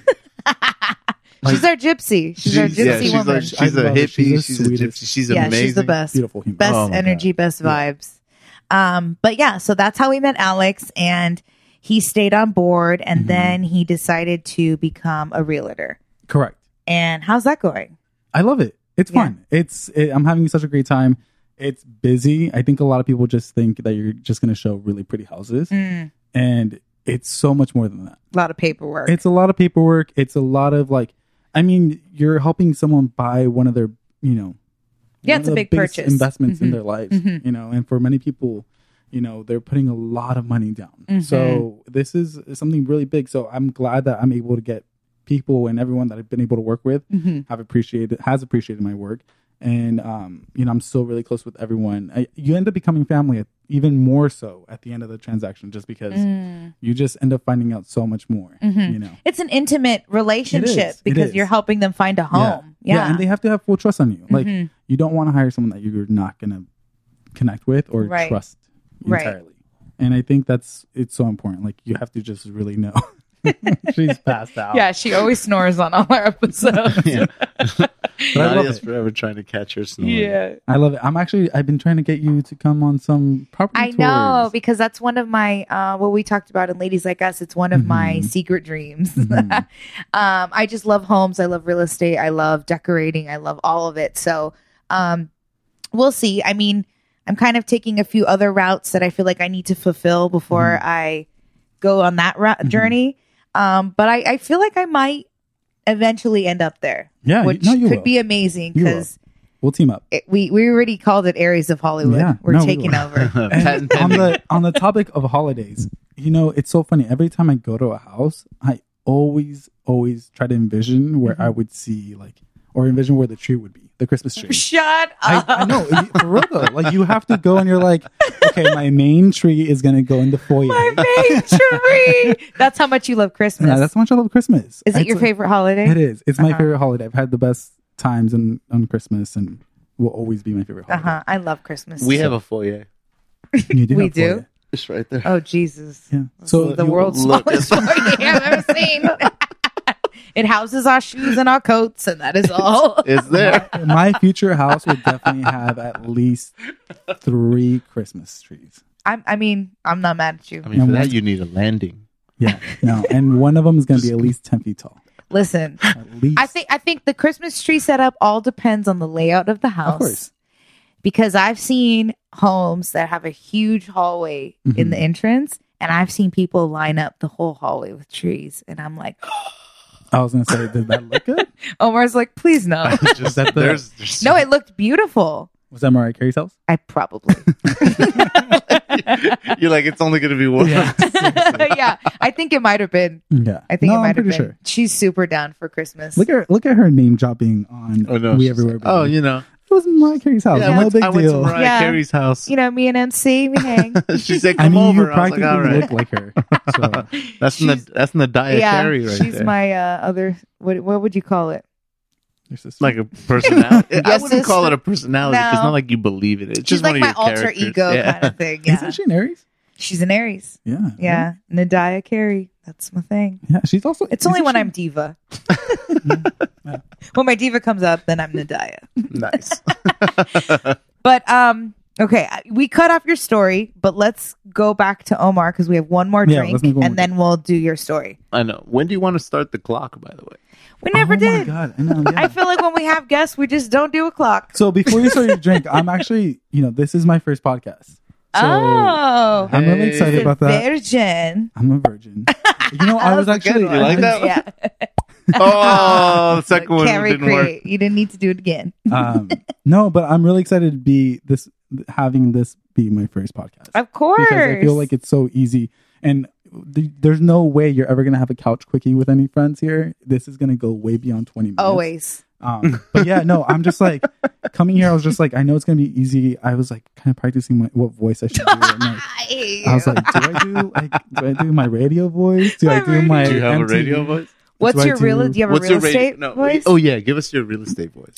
B: she's our gypsy. She's, our gypsy
A: yeah, she's
B: woman.
A: like she's
C: I
A: a
C: love her.
A: hippie.
C: She's the
A: She's, a gypsy.
C: sweetest.
A: She's
B: yeah,
A: amazing.
B: she's the best.
C: Beautiful human.
B: Best
A: Oh my
B: energy, best vibes. Um, but yeah, so that's how we met Alex, and he stayed on board, and then he decided to become a realtor.
C: Correct.
B: And how's that going?
C: I love it. It's
B: Yeah.
C: fun. It's it, I'm having such a great time. It's busy. I think a lot of people just think that you're just going to show really pretty houses,
B: Mm,
C: and it's so much more than that.
B: a lot of paperwork.
C: It's a lot of paperwork. It's a lot of like, I mean, you're helping someone buy one of their, you know,
B: Yeah,
C: one
B: it's
C: of
B: a
C: the
B: big
C: biggest
B: purchase.
C: investments in
B: Mhm.
C: their lives,
B: Mhm.
C: you know, and for many people, you know, they're putting a lot of money down.
B: Mm-hmm.
C: So this is something really big. So I'm glad that I'm able to get people and everyone that I've been able to work with
B: Mhm.
C: have appreciated has appreciated my work and um you know i'm still really close with everyone I, you end up becoming family even more so at the end of the transaction just because
B: Mm.
C: you just end up finding out so much more
B: Mhm.
C: you know
B: It's an intimate relationship
C: It
B: because
C: is.
B: you're helping them find a home. Yeah.
C: and they have to have full trust on you like
B: Mhm.
C: you don't want to hire someone that you're not going to connect with or
B: Right.
C: trust
B: Right.
C: entirely and i think that's it's so important like you have to just really know she's passed out
B: yeah, she always snores on all our episodes.
A: Yeah.
C: But I love
A: Nadia's
C: it.
A: forever trying to catch her snoring.
B: yeah.
C: i love it i'm actually i've been trying to get you to come on some property
B: I know
C: tours.
B: because that's one of my uh, what we talked about in Ladies Like Us. It's one of my
C: Mhm.
B: secret dreams.
C: Mhm.
B: um, I just love homes. I love real estate. I love decorating. I love all of it. So um, we'll see. I mean, I'm kind of taking a few other routes that I feel like I need to fulfill before
C: Mm-hmm.
B: I go on that route
C: Mhm.
B: journey. Um, but I, I feel like I might eventually end up there,
C: yeah you-
B: which
C: no, you
B: could
C: will.
B: be amazing
C: You will.
B: because
C: we'll team up
B: we we already called it Aries of Hollywood.
C: Yeah.
B: We're
C: No, we
B: taking
C: will.
B: over.
A: Patent
C: And on
A: pending.
C: the on the topic of holidays, you know, it's so funny. Every time I go to a house, I always always try to envision
B: Mm-hmm.
C: where I would see like or envision where the tree would be, the Christmas tree.
B: Shut
C: I,
B: up.
C: I know for real though. Like you have to go and you're like, okay, my main tree is gonna go in the foyer.
B: My main tree. That's how much you love Christmas.
C: yeah, that's how much I love Christmas.
B: is it
C: It's
B: your
C: like-
B: favorite holiday?
C: It is. It's my
B: Uh-huh.
C: favorite holiday. I've had the best times on on Christmas and will always be my favorite
B: Uh
C: holiday.
B: huh. I love Christmas.
A: we have a foyer.
C: You do
B: We
C: have
B: do?
C: foyer.
A: It's right there.
B: oh Jesus.
C: Yeah.
B: So
C: So
B: the
C: you-
B: world's
A: look-
B: smallest party I've ever seen. it houses our shoes and our coats, and that is all.
A: It's there.
C: my future house will definitely have at least three Christmas trees.
B: I'm, I mean, I'm not mad at you.
A: I mean, for that you need a landing.
C: Yeah, no, and one of them is going to be at least ten feet tall.
B: Listen,
C: At least,
B: I think I think the Christmas tree setup all depends on the layout of the house.
C: of course.
B: because I've seen homes that have a huge hallway in
C: Mhm.
B: the entrance, and I've seen people line up the whole hallway with trees, and I'm like,
C: I was going to say, did that look good?
B: Omar's like, please no,
A: Just,
C: that the-
A: there's, there's
B: no, it looked beautiful.
C: Was that Mariah Carey's house?
B: I probably,
A: You're like, it's only going to be one.
B: yeah, I think it might have been.
C: Yeah,
B: I think
C: No,
B: it
C: I'm
B: might have
C: pretty
B: been.
C: sure.
B: She's super down for Christmas.
C: Look at look at her name dropping on
A: Oh, no.
C: We
A: she's
C: Everywhere.
A: like, oh,
C: Baby.
A: you know.
C: it was Mariah Carey's house.
A: Yeah, I
C: no
A: went,
C: big
A: I went to
C: deal.
A: Mariah
B: Yeah.
A: Carey's house.
B: you know, me and MC, we hang.
A: she said,
C: I
A: come
C: mean,
A: over. I
C: you
A: was
C: practically
A: like, all right.
C: look like her. So,
A: That's in the, that's in the diet
B: yeah,
A: Carey right
B: she's
A: there.
B: my uh, other. What what would you call it?
C: Your sister.
A: like a personality. I
B: Yes,
A: wouldn't call it a personality. 'cause It's
B: No.
A: not like you believe in it. It's
B: She's
A: just
B: like
A: one
B: my
A: of your
B: alter
A: characters.
B: ego
A: Yeah.
B: kind of thing. Yeah.
C: Isn't she an Aries?
B: She's an Aries.
C: Yeah.
B: Yeah. Nadia Carey. That's my thing.
C: Yeah. She's also.
B: It's only
C: isn't
B: when
C: she-
B: I'm diva.
C: Mm-hmm.
B: when my diva comes up, then I'm Nadia.
A: Nice.
B: But um, okay, I- we cut off your story, but let's go back to Omar because we have one more
C: Yeah,
B: drink,
C: let's make one more
B: and then we'll do your story.
A: I know. When do you want to start the clock? By the way,
B: We never
C: oh
B: did.
C: My God. I know. Yeah.
B: I feel like when we have guests, we just don't do a clock.
C: so before you start your drink, I'm actually, you know, this is my first podcast. So
B: oh,
C: I'm really
A: Hey.
C: excited about that.
B: virgin.
C: I'm a virgin. You know, I
B: That
C: was
B: was a good
C: actually
A: one. You like that?
B: Yeah,
A: oh, the second one
B: can't
A: didn't work.
B: recreate. You didn't need to do it again.
C: um, no, but I'm really excited to be this having this be my first podcast
B: Of course,
C: because I feel like it's so easy and th- there's no way you're ever gonna have a couch quickie with any friends here. This is gonna go way beyond
B: Oh,
C: 20 minutes.
B: always.
C: Um, but yeah, no, I'm just like coming here. I was just like, I know it's gonna be easy. I was like kind of practicing my, what voice I should do. And, like,
B: I hate
C: I was
B: you.
C: like, do I do like do I do my radio voice? Do I
B: My
C: do
B: radio-
C: my?
A: Do you have a
C: MTV?
A: radio voice?
B: What's
C: do I
B: your real?
C: do?
B: Do you have a
A: What's
B: real
A: your radio?
B: estate
A: no.
B: voice?
A: Oh yeah, give us your real estate voice.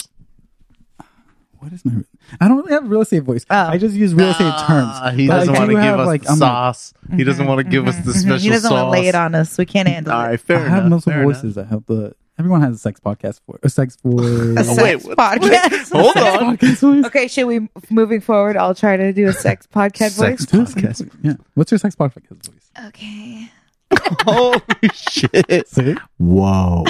C: What is my? I don't really have a real estate voice.
B: Oh.
C: I just use real estate terms.
A: Ah, He
C: But I
A: doesn't
C: do
A: want to give
C: have,
A: us
C: like,
A: the
C: I'm like-
A: sauce. he doesn't want to give us the
B: Mhm.
A: special sauce.
B: He doesn't want to lay it on us. We can't handle
A: All
B: it.
A: right, fair
C: I
A: enough.
C: have multiple
A: fair enough.
C: voices. I have the everyone has a sex podcast for a sex
B: A
C: voice.
A: Oh, wait,
B: sex
A: what-
B: podcast.
A: Hold
C: Sex
A: on.
C: podcast voice.
B: Okay, should we moving forward? I'll try to do a sex podcast
A: Sex
B: voice.
C: Do a sex
A: podcast.
C: voice. Yeah. What's your sex podcast voice?
B: Okay.
A: Holy shit!
C: See?
A: Whoa!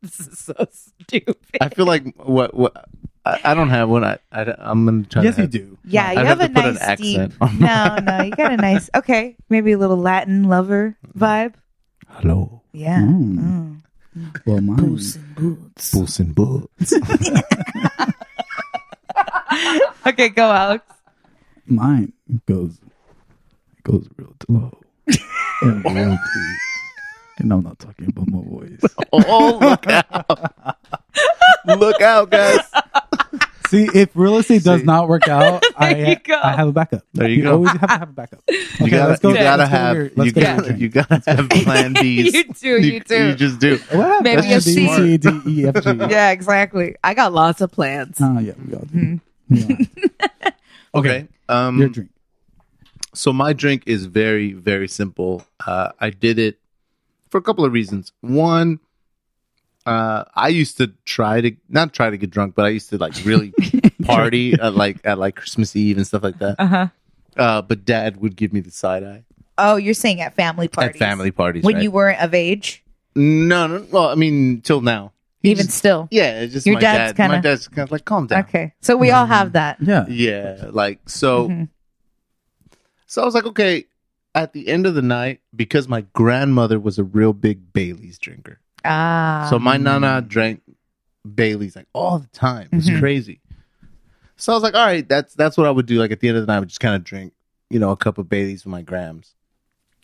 B: This is so stupid.
A: I feel like what what I, I don't have one. I, I don't- I'm gonna try.
C: Yes,
A: to
C: you
A: have-
C: do.
B: yeah, you
A: I'd
B: have,
A: have
B: a
A: to put an
B: nice deep.
A: accent on
B: No, no, you got a nice. Okay, maybe a little Latin lover
A: Mm.
B: vibe.
A: Hello,
B: Yeah.
C: Mm.
A: Hmm.
B: Mm.
C: Well, mine.
B: Puss in boots.
A: Bulls and Bulls.
B: Okay, go Alex.
C: Mine goes it goes real low and real deep. And I'm not talking about my voice.
A: Oh, look out! look out, guys!
C: See, if real estate does
A: See.
C: not work out,
B: There you
C: I,
B: go.
C: I have a backup.
A: There you go.
C: always have to have a backup. Okay,
A: You gotta,
C: let's go-
A: you gotta
C: let's go
A: have,
C: here. Let's
A: you
C: go
A: gotta,
C: here.
A: you gotta have plan Bs.
B: you do, you, do.
A: You just do.
C: What happened?
B: Maybe
C: That's
B: a
C: B,
B: C.
C: C, D, E, F, G.
B: yeah, exactly. I got lots of plans.
C: Ah, yeah, we all do.
B: Mm-hmm.
C: We all do.
A: Okay. Um,
C: Your drink.
A: So my drink is very, very simple. Uh, I did it for a couple of reasons. One, uh, I used to try to not try to get drunk, but I used to like really party at like at like Christmas Eve and stuff like that.
B: Uh huh.
A: Uh, but Dad would give me the side eye
B: Oh, you're saying at family parties.
A: at family parties.
B: When
A: right?
B: you weren't of age,
A: no, no, well, I mean, till now, He
B: even
A: just-
B: still.
A: yeah, it's just
B: Your
A: my
B: dad's
A: dad. My
B: kinda-
A: dad's kind of like, calm down.
B: Okay, so we all
A: Mm-hmm.
B: have that.
C: Yeah.
A: Yeah, like so.
B: Mhm.
A: So I was like, okay. At the end of the night, because my grandmother was a real big Bailey's drinker,
B: Ah.
A: so my nana drank Bailey's like all the time. It was
B: Mhm.
A: crazy. So I was like, all right, that's that's what I would do. Like at the end of the night, I would just kind of drink, you know, a cup of Bailey's with my grams.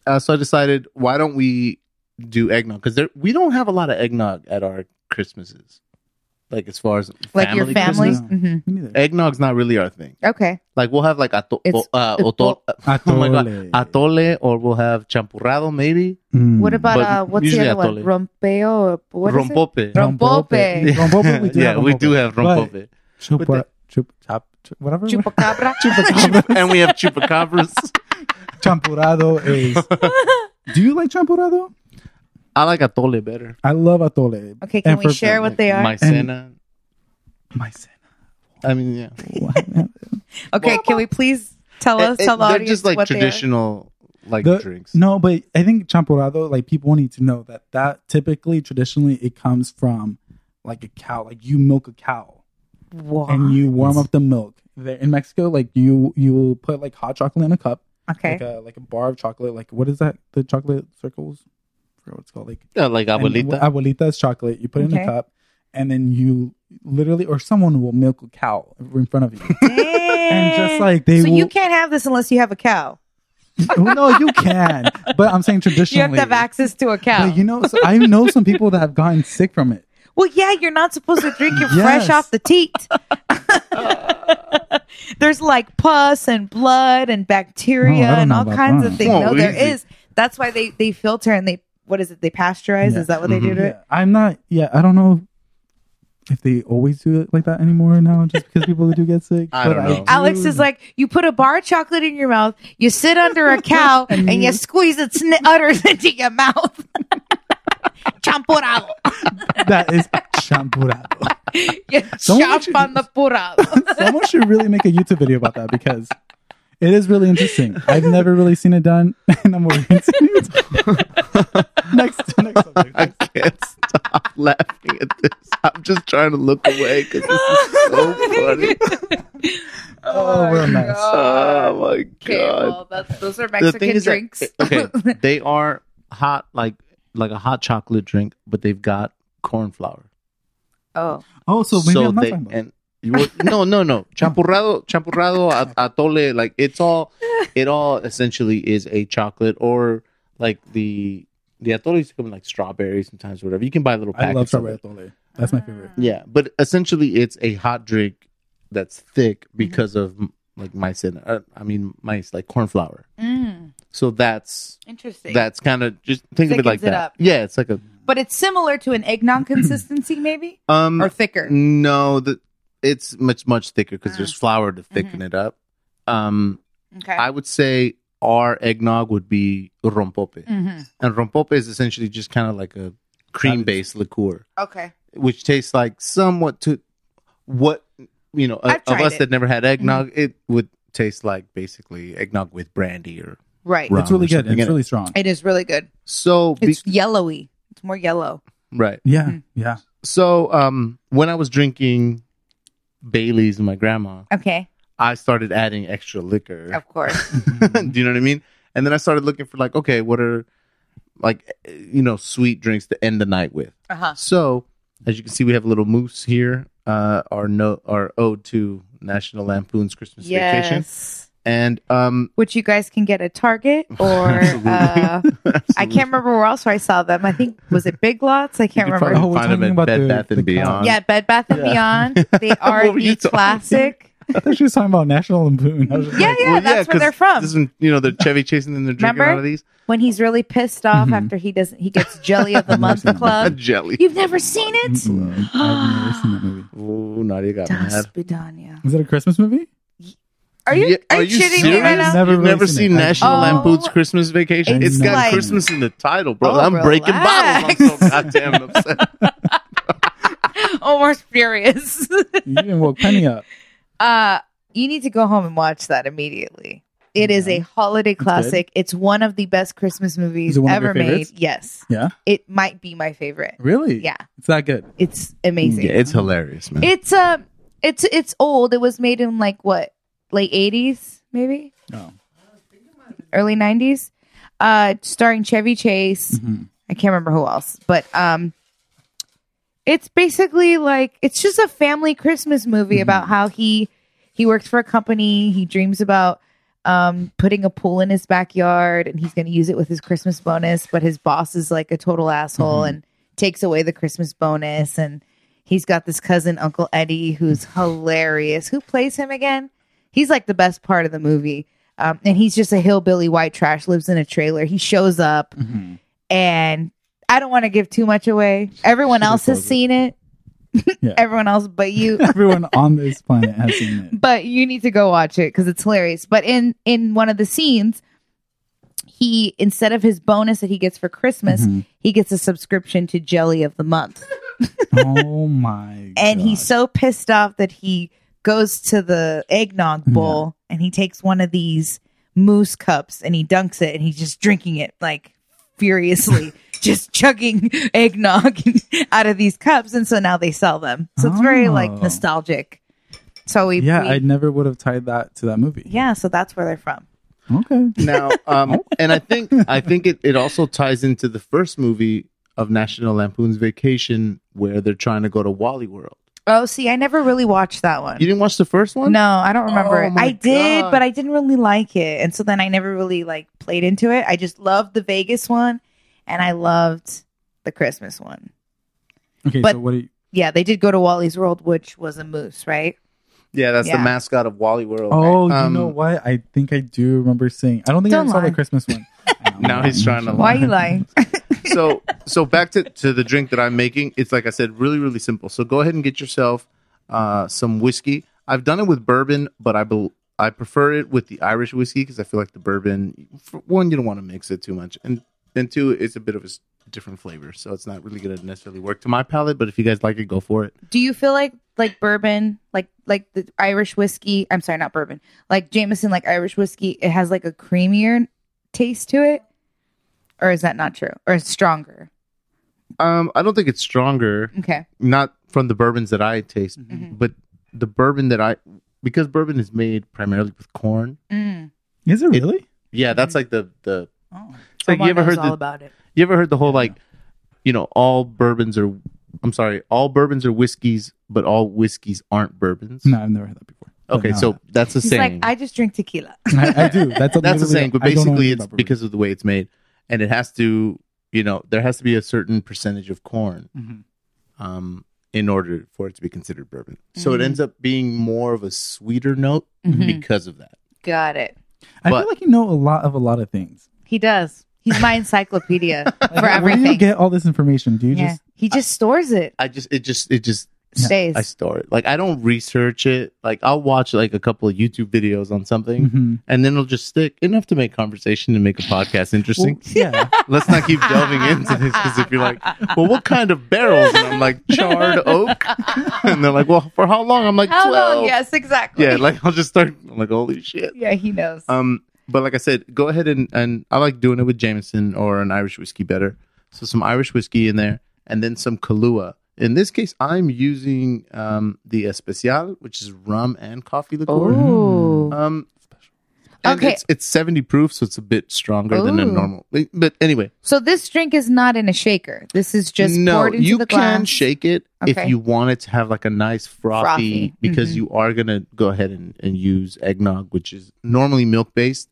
A: Uh, so I decided, why don't we do eggnog? Because we don't have a lot of eggnog at our Christmases, like as far as
B: like your family.
A: Christmas.
C: Christmas.
B: hmm
C: Me neither.
A: Eggnog's not really our thing.
B: Okay.
A: Like we'll have like ato-
B: It's-
A: uh,
B: it's-
A: oto- oh my God.
C: Atole.
A: atole, or we'll have champurrado maybe
C: Mm.
B: What about
A: But
B: uh, what's
A: usually
B: the other one?
A: atole.
B: Rompeo. What is it?
A: rompope.
B: Rom- Rompope.
C: Yeah. Rompope, we do
A: yeah,
C: have
A: we
C: rompope.
A: do have rompope,
C: But Chupa,
A: But
C: chup, chop, chup, whatever.
B: Chupacabra.
A: and we have chupacabras.
C: Champurrado is. do you like champurrado?
A: I like atole better.
C: I love atole.
B: Okay, can
C: And
B: we
C: for-
B: share what they are?
A: Maicena.
C: Maicena.
A: I mean, yeah,
B: okay, can we please tell us,
A: It- it-
B: tell the
A: they're
B: audience
A: just like
B: what
A: traditional like
C: The-
A: drinks.
C: No, but I think champurrado, like people need to know that that typically, traditionally, it comes from like a cow. Like you milk a cow
B: they are? What?
C: and you warm up the milk. There in Mexico, like you you will put like hot chocolate in a cup,
B: okay.
C: like a like a bar of chocolate. Like what is that? The chocolate circles. I forgot what it's called. Like
A: Yeah, like
C: And
A: abuelita.
C: abuelita's chocolate. You put it in
B: Okay.
C: a cup, and then you literally, or someone will milk a cow in front of you, and just like they
B: so
C: will.
B: you can't have this unless you have a cow.
C: Well, no, you can, but I'm saying traditionally.
B: You have to have access to a cow.
C: But you know, so I know some people that have gotten sick from it.
B: well, yeah, you're not supposed to drink it fresh
C: Yes.
B: off the teat. There's like pus and blood and bacteria
C: Oh, I don't
B: and
C: know
B: all
C: about
B: kinds
C: that.
B: of things.
A: Well,
B: no, there is.
A: easy.
B: That's why they they filter and they what is it? They pasteurize.
C: Yeah. Mm-hmm.
B: Is that what they do
A: Mhm.
B: to
C: Yeah,
B: it?
C: I'm not. Yeah, I don't know if they always do it like that anymore now, just because people do get sick.
A: I don't know.
C: do
B: Alex is like, you put a bar of chocolate in your mouth, you sit under a cow, and you squeeze its n- udders into your mouth. Champurrado.
C: that is champurrado.
B: You
C: Someone
B: chop
C: should-
B: on the purrado.
C: Someone should really make a YouTube video about that because it is really interesting. I've never really seen it done, and I'm orienting it. next, next
A: I
C: subject.
A: can't stop laughing at this. I'm just trying to look away because this is so funny.
C: Oh, we're a mess.
A: Oh my
B: Okay,
A: god!
B: well, that's, those are
A: The
B: Mexican
A: thing is, that- eh,
B: drinks.
A: okay, they are hot like like a hot chocolate drink, but they've got corn flour.
B: oh,
C: Oh, so maybe I'm not talking about. it.
A: and you were, no no no champurrado champurrado at- atole like it's all it all essentially is a chocolate or like the the atole used to come in like strawberries sometimes or whatever you can buy little
C: I
A: packets
C: love
A: of
C: strawberry
A: it.
C: atole. That's my favorite.
A: yeah but essentially it's a hot drink that's thick
B: Mm-hmm.
A: because of m- like mice in uh, I mean mice like corn flour
B: mm,
A: so that's
B: interesting.
A: that's kind of just think of it like
B: Thickens it
A: that
B: up.
A: yeah it's like a
B: but it's similar to an eggnog consistency, maybe,
A: um
B: or thicker.
A: No, the, it's much much thicker because
B: Mm.
A: there's flour to thicken it up. Um,
B: Okay.
A: I would say our eggnog would be rompope,
B: Mhm.
A: and rompope is essentially just kind of like a cream based liqueur,
B: Okay.
A: which tastes like somewhat to what you know
B: I've
A: uh, of
B: tried
A: us
B: it. Mm-hmm.
A: that never had eggnog. It would taste like basically eggnog with brandy or
B: Right.
A: Right.
C: It's really
A: Rum or something,
C: good. It's
A: isn't it?
C: really strong.
B: It is really good.
A: so. Be-
B: It's yellowy. It's more yellow.
A: right.
C: Yeah,
B: Mm.
C: yeah.
A: So um, when I was drinking Bailey's with my grandma,
B: Okay.
A: I started adding extra liquor.
B: Of course.
A: Do you know what I mean? And then I started looking for like, okay, what are like eh, you know sweet drinks to end the night with?
B: Uh huh.
A: So as you can see, we have a little moose here. Uh, our no, our ode to National Lampoon's Christmas Vacation,
B: Yes.
A: and um,
B: Which you guys can get at Target or uh, I can't remember where else I saw them. I think was it Big Lots. I can't
A: You could
B: remember.
A: probably
C: Oh, we're
A: find them
C: talking
A: at
C: about
A: Bed
C: the-
A: Bath
C: the
A: and Beyond.
C: clown.
B: Yeah, Bed Bath and Beyond. They are
A: were
B: the
A: you talking
B: classic.
C: I thought she was talking about National Lampoon. I was just
B: Yeah,
C: like,
B: yeah, that's where
A: 'cause
B: they're from.
A: This is, when, you know, they're Chevy chasing and they're drinking
B: Remember?
A: out of these
B: when he's really pissed off
C: Mm-hmm.
B: after he doesn't, he gets Jelly of the Month
A: a
B: Club.
A: jelly.
B: You've never seen it?
C: mm-mm, I've never seen that movie.
A: Ooh, Nadia got mad.
B: Das Bedania.
C: Is it a Christmas movie?
B: Are you,
A: Yeah,
B: are you shitting me right now?
C: serious? Never
A: You've
C: really
A: never
C: seen
A: seen
C: it.
A: National
B: Oh,
A: Lampoon's Christmas Vacation.
B: it's
A: It's got
B: like-
A: Christmas in the title, bro.
B: Oh,
A: I'm breaking
B: relax.
A: bottles. I'm so goddamn upset.
B: Omar's furious.
C: You didn't woke Penny up.
B: Uh, you need to go home and watch that immediately. It is
C: Okay.
B: a holiday
C: good.
B: classic. It's one of the best Christmas movies
C: Is it one of
B: ever
C: your
B: made.
C: favorites?
B: Yes.
C: Yeah?
B: It might be my favorite.
C: Really?
B: Yeah.
C: It's that good.
B: It's amazing.
A: Yeah, it's hilarious, man.
B: It's um it's it's old. It was made in like what? Late 80s maybe?
C: Oh.
B: Early 90s. Uh starring Chevy Chase. I can't remember who else, but um it's basically like it's just a family Christmas movie about how he he works for a company, he dreams about um putting a pool in his backyard and he's going to use it with his Christmas bonus, but his boss is like a total asshole and takes away the Christmas bonus and he's got this cousin Uncle Eddie who's hilarious. Who plays him again? He's like the best part of the movie. Um, and he's just a hillbilly white trash lives in a trailer. He shows up
C: Mm-hmm.
B: and I don't want to give too much away. Everyone else has
C: close it.
B: seen it.
C: Yeah.
B: Everyone else but you.
C: Everyone on this planet has seen it.
B: but you need to go watch it because it's hilarious. But in in one of the scenes, he instead of his bonus that he gets for Christmas, he gets a subscription to Jelly of the Month,
C: Oh my
B: and
C: God.
B: he's so pissed off that he goes to the eggnog bowl and he takes one of these moose cups and he dunks it and he's just drinking it like furiously. Just chugging eggnog out of these cups, and so now they sell them. So it's very like
C: Oh.
B: nostalgic. So we
C: Yeah,
B: we-
C: I never would have tied that to that movie.
B: yeah, so that's where they're from.
C: Okay.
A: now, um, and I think I think it, it also ties into the first movie of National Lampoon's Vacation where they're trying to go to Wally World.
B: Oh, see, I never really watched that one.
A: You didn't watch the first one?
B: No, I don't remember
A: Oh
B: it.
A: my
B: I did,
A: God.
B: but I didn't really like it. And so then I never really like played into it. I just loved the Vegas one and I loved the Christmas one.
C: Okay,
B: But-
C: so what do you
B: Yeah, they did go to Wally's World, which was a moose, right?
A: Yeah, that's
B: Yeah.
A: the mascot of Wally World.
C: Oh,
A: Um,
C: you know what? I think I do remember seeing. I don't think I
B: Don't
C: ever saw
B: lie.
C: the Christmas one.
A: Now he's trying to
B: Why are you lying?
A: so so back to, to the drink that I'm making. It's like I said, really really simple. So go ahead and get yourself uh, some whiskey. I've done it with bourbon, but I bel I prefer it with the Irish whiskey because I feel like the bourbon. For one, you don't want to mix it too much, and and two, it's a bit of a s- different flavor, so it's not really going to necessarily work to my palate. But if you guys like it, go for it.
B: Do you feel like like bourbon, like like the Irish whiskey? I'm sorry, not bourbon. Like Jameson, like Irish whiskey, it has like a creamier taste to it, or is that not true? Or it's stronger?
A: Um, I don't think it's stronger,
B: Okay,
A: not from the bourbons that I taste,
B: Mhm.
A: but the bourbon that I because bourbon is made primarily with corn.
B: mm.
C: Is it really?
A: Yeah, that's like the the
C: oh.
A: It's like, you ever heard
D: all
A: the,
D: about it?
A: you ever heard the whole like you know all bourbons are I'm sorry all bourbons are whiskeys but all whiskeys aren't bourbons.
C: No, I've never heard that before. But
A: Okay,
C: no.
A: so that's the
B: he's
A: saying.
B: like I just drink tequila.
C: I, I do. That's
A: that's the
C: literally-
A: saying, but
C: I don't
A: basically
C: know anything
A: it's
C: about bourbon.
A: because of the way it's made, and it has to you know there has to be a certain percentage of corn
C: Mhm.
A: um, in order for it to be considered bourbon. So it
B: Mhm.
A: ends up being more of a sweeter note
B: Mhm.
A: because of that.
B: Got it.
C: I
A: but-
C: feel like you know a lot of a lot of things.
B: He does. He's my encyclopedia for
C: Where do you
B: everything.
C: get all this information? Do you
B: yeah,
C: just
B: he just stores it.
A: I just it just it just
B: Stays.
A: I store it. Like I don't research it. Like I'll watch like a couple of YouTube videos on something.
C: Mhm.
A: and then it'll just stick enough to make conversation and make a podcast
C: Well,
A: interesting.
C: yeah.
A: Let's not keep delving into this because if you're like, well, what kind of barrels? And I'm like, charred oak. and they're like, well, for how long? I'm like,
B: How long?
A: 12.
B: Yes, exactly.
A: Yeah, like I'll just start. I'm like, holy shit.
B: yeah, he knows.
A: Um, but like I said, go ahead and, and I like doing it with Jameson or an Irish whiskey better. So some Irish whiskey in there and then some Kahlua. In this case, I'm using um, the Especial, which is rum and coffee liqueur.
B: Oh. Ooh.
A: Um, and
B: Okay.
A: It's, it's 70 proof, so it's a bit stronger than a
B: Ooh.
A: normal. eh, But anyway,
B: So this drink is not in a shaker. This is just
A: no,
B: poured into
A: you
B: the glass.
A: can shake it if
B: Okay.
A: you want it to have like a nice frothy,
B: Frothy,
A: because
B: mhm.
A: you are going to go ahead and, and use eggnog, which is normally milk based.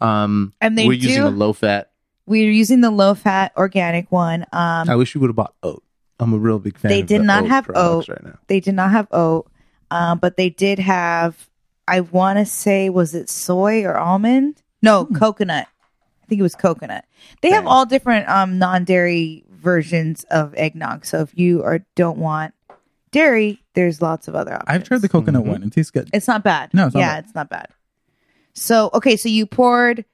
A: Um,
B: And they
A: we're
B: do-
A: using a low fat.
B: We're using the low fat organic one. Um,
A: I wish we would have bought oat. I'm a real big fan.
B: They
A: of
B: did
A: the
B: not have
A: products right now.
B: they did not have oat, um, but they did have. I want to say was it soy or almond? No,
C: Hmm.
B: coconut. I think it was coconut. They have
A: Dang.
B: all different um, non-dairy versions of eggnog. So if you or don't want dairy, there's lots of other options.
C: I've tried the coconut
A: Mhm.
C: one. It tastes good.
B: It's not bad.
C: No, it's not
B: yeah,
C: bad.
B: it's not bad. So okay, so you poured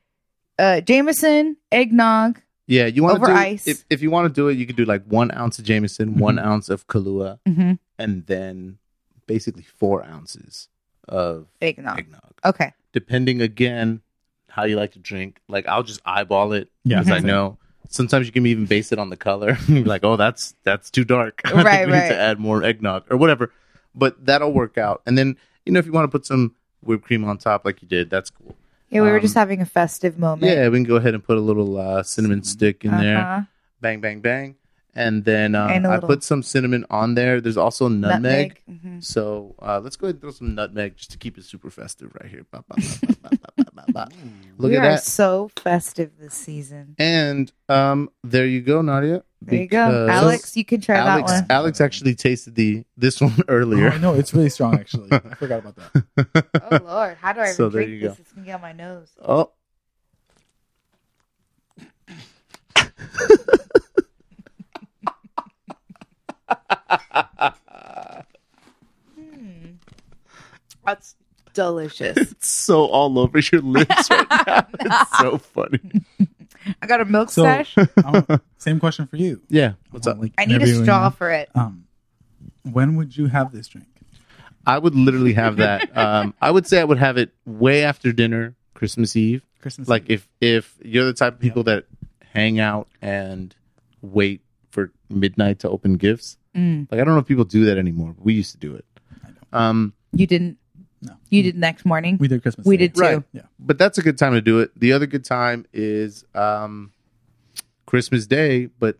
B: uh Jameson eggnog.
A: Yeah, you want
B: Over
A: to do,
B: ice.
A: If, if you want to do it, you could do like one ounce of Jameson, one ounce of Kahlua,
B: Mm-hmm.
A: and then basically four ounces of
B: Eggnog.
A: eggnog.
B: Okay.
A: depending again how you like to drink. Like I'll just eyeball it
C: Yeah,
A: because I know sometimes you can even base it on the color. You're like, oh, that's that's too dark. I think
B: Right,
A: we need
B: right.
A: to add more eggnog or whatever. But that'll work out. And then you know if you want to put some whipped cream on top like you did, that's cool.
B: Yeah, we were
A: Um,
B: just having a festive moment.
A: Yeah, we can go ahead and put a little uh, cinnamon stick in there.
B: Uh-huh.
A: Bang, bang, bang. And then um,
B: And a
A: I
B: little-
A: put some cinnamon on there. There's also nutmeg.
B: Mhm.
A: So uh, let's go ahead and throw some nutmeg just to keep it super festive right here. Ba, ba, ba, ba, ba, ba, ba, ba. Look
B: we
A: at
B: are
A: that.
B: so festive this season.
A: And um, there you go, Nadia.
B: There you go,
A: Because
B: Alex. You can try
A: Alex,
B: that one.
A: Alex actually tasted the this one
C: Oh,
A: earlier.
C: I know it's really strong. Actually, I forgot about that.
B: Oh Lord, how do I even
A: So there
B: drink
A: you
B: this?
A: go.
B: It's gonna get on my nose.
A: oh.
B: That's delicious.
A: It's so all over your lips right now. It's so funny.
B: I got a milk
C: So-
B: stash.
C: I want- same question for you.
A: Yeah. What's
C: want,
A: up?
C: like,
B: I need a
C: everyone-
B: straw for it.
C: Um, when would you have this drink?
A: I would literally have that. Um, I would say I would have it way after dinner, Christmas Eve.
C: Christmas.
A: like
C: Eve?
A: if if you're the type of people that hang out and wait for midnight to open gifts
B: Mm.
A: like i don't know if people do that anymore we used to do it um
B: You didn't.
C: No.
B: You did next morning.
C: we did Christmas.
B: we
C: Eve.
B: did too. Right.
C: Yeah.
A: but that's a good time to do it the other good time is um christmas day but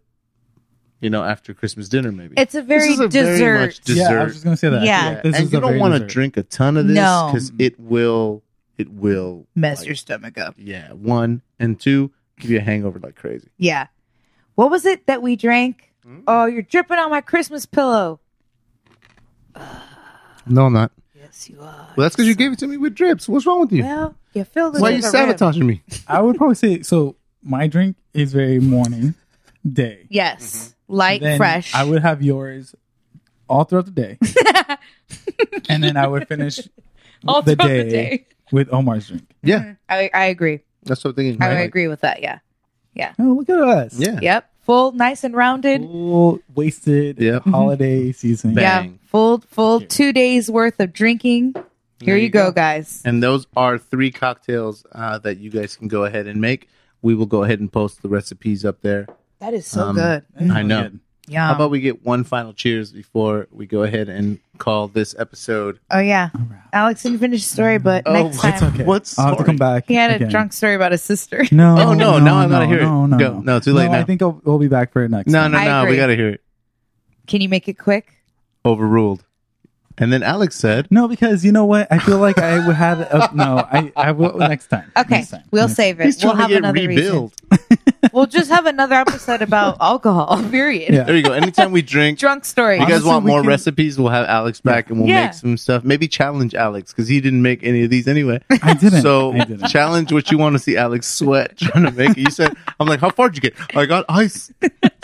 A: you know after christmas dinner maybe
B: It's a very
A: is a very
B: dessert.
A: much dessert.
C: Yeah, I was just gonna say that. I
B: Yeah.
C: feel like this
A: and
C: is
A: you
C: a
A: don't
C: very
A: want to
C: dessert.
A: drink a ton of this
B: No.
A: because it will it will
B: mess
A: like,
B: your stomach up.
A: yeah one and two give you a hangover like crazy
B: Yeah. What was it that we drank?
A: Mm.
B: Oh, you're dripping on my Christmas pillow.
A: no i'm not
B: Yes, you are.
A: well that's because you gave it to me with drips what's wrong with you
B: Well, you filled it.
A: Why are
B: to
A: you
B: the rim.
A: sabotaging me?
C: I would probably say so. My drink is very morning. day.
B: Yes.
A: Mm-hmm.
B: Light,
C: Then
B: fresh.
C: I would have yours all throughout the day, and then I would finish
B: All
C: the,
B: throughout
C: day
B: the day.
C: with Omar's drink.
A: Yeah,
B: Mm-hmm. I, I agree.
A: that's what I'm thinking.
B: I
A: right?
B: agree with that. Yeah.
C: Oh, look at us!
A: Yeah.
B: Yep. Full, nice and rounded.
C: full wasted
A: Yep.
C: holiday season.
A: Bang.
B: Yeah. Full, full two days worth of drinking. Here
A: There
B: you,
A: you
B: go,
A: go.
B: guys.
A: And those are three cocktails uh, that you guys can go ahead and make. We will go ahead and post the recipes up there.
B: That is so
A: Um,
B: good.
A: I know.
B: Yeah.
A: How about we get one final cheers before we go ahead and call this episode?
B: oh yeah. Alex didn't finish the story, but
A: Oh,
B: next
A: what's-
B: time
C: Okay.
A: What's
C: I'll have to
A: sorry?
C: come back.
B: he had a
C: again.
B: drunk story about his sister.
C: No.
A: Oh, no, now I gotta
C: no,
A: hear it.
C: No, no,
A: Go. No, too late
C: I
A: now.
C: think I'll, we'll be back for it next.
A: No,
C: time.
A: no,
B: I
A: no. We
B: agree.
A: got to hear it.
B: Can you make it quick?
A: Overruled. And then Alex said,
C: no, because you know what? I feel like I would had. A, no, I, I will next time.
B: Okay,
C: Next time.
B: we'll
C: Next-
B: save it.
A: he's
B: we'll
A: trying
B: have
A: to get
B: another reason.
A: rebuilt.
B: We'll just have another episode about alcohol. Period.
C: Yeah.
A: There you go. Anytime we drink, you
B: Drunk story.
A: guys
C: Honestly,
A: want
C: we
A: more
C: can-
A: recipes, we'll have Alex back and we'll
B: Yeah.
A: make some stuff. Maybe challenge Alex because he didn't make any of these anyway.
C: I didn't.
A: So
C: I didn't.
A: challenge what you want to see Alex sweat trying to make it. You said, I'm like, how far would you get? I got ice.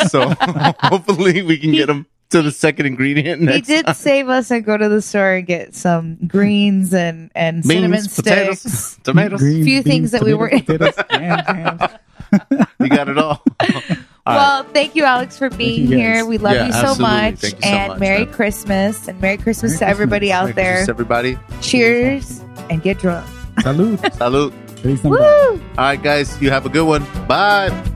A: So hopefully we can get him to the second ingredient
B: he
A: next
B: did
A: time.
B: save us and go to the store and get some greens and and cinnamon
A: Beans,
B: sticks.
A: potatoes, tomatoes.
C: Green
B: Few things that we were-
C: potatoes, and hams.
A: You got it all.
B: Well, thank you, Alex, for being
C: you, guys.
B: here. We love
A: Yeah,
B: you so
A: absolutely.
B: much,
A: Thank you so
B: and
A: much,
B: Merry
A: man.
B: Christmas, and Merry Christmas
C: Merry
B: to everybody
C: Christmas.
B: out
A: Merry
B: there.
A: Christmas, everybody.
B: Cheers and get drunk.
C: Salud.
A: Salute.
C: Feliz Navidad.
B: Woo!
A: All right, guys, you have a good one. Bye.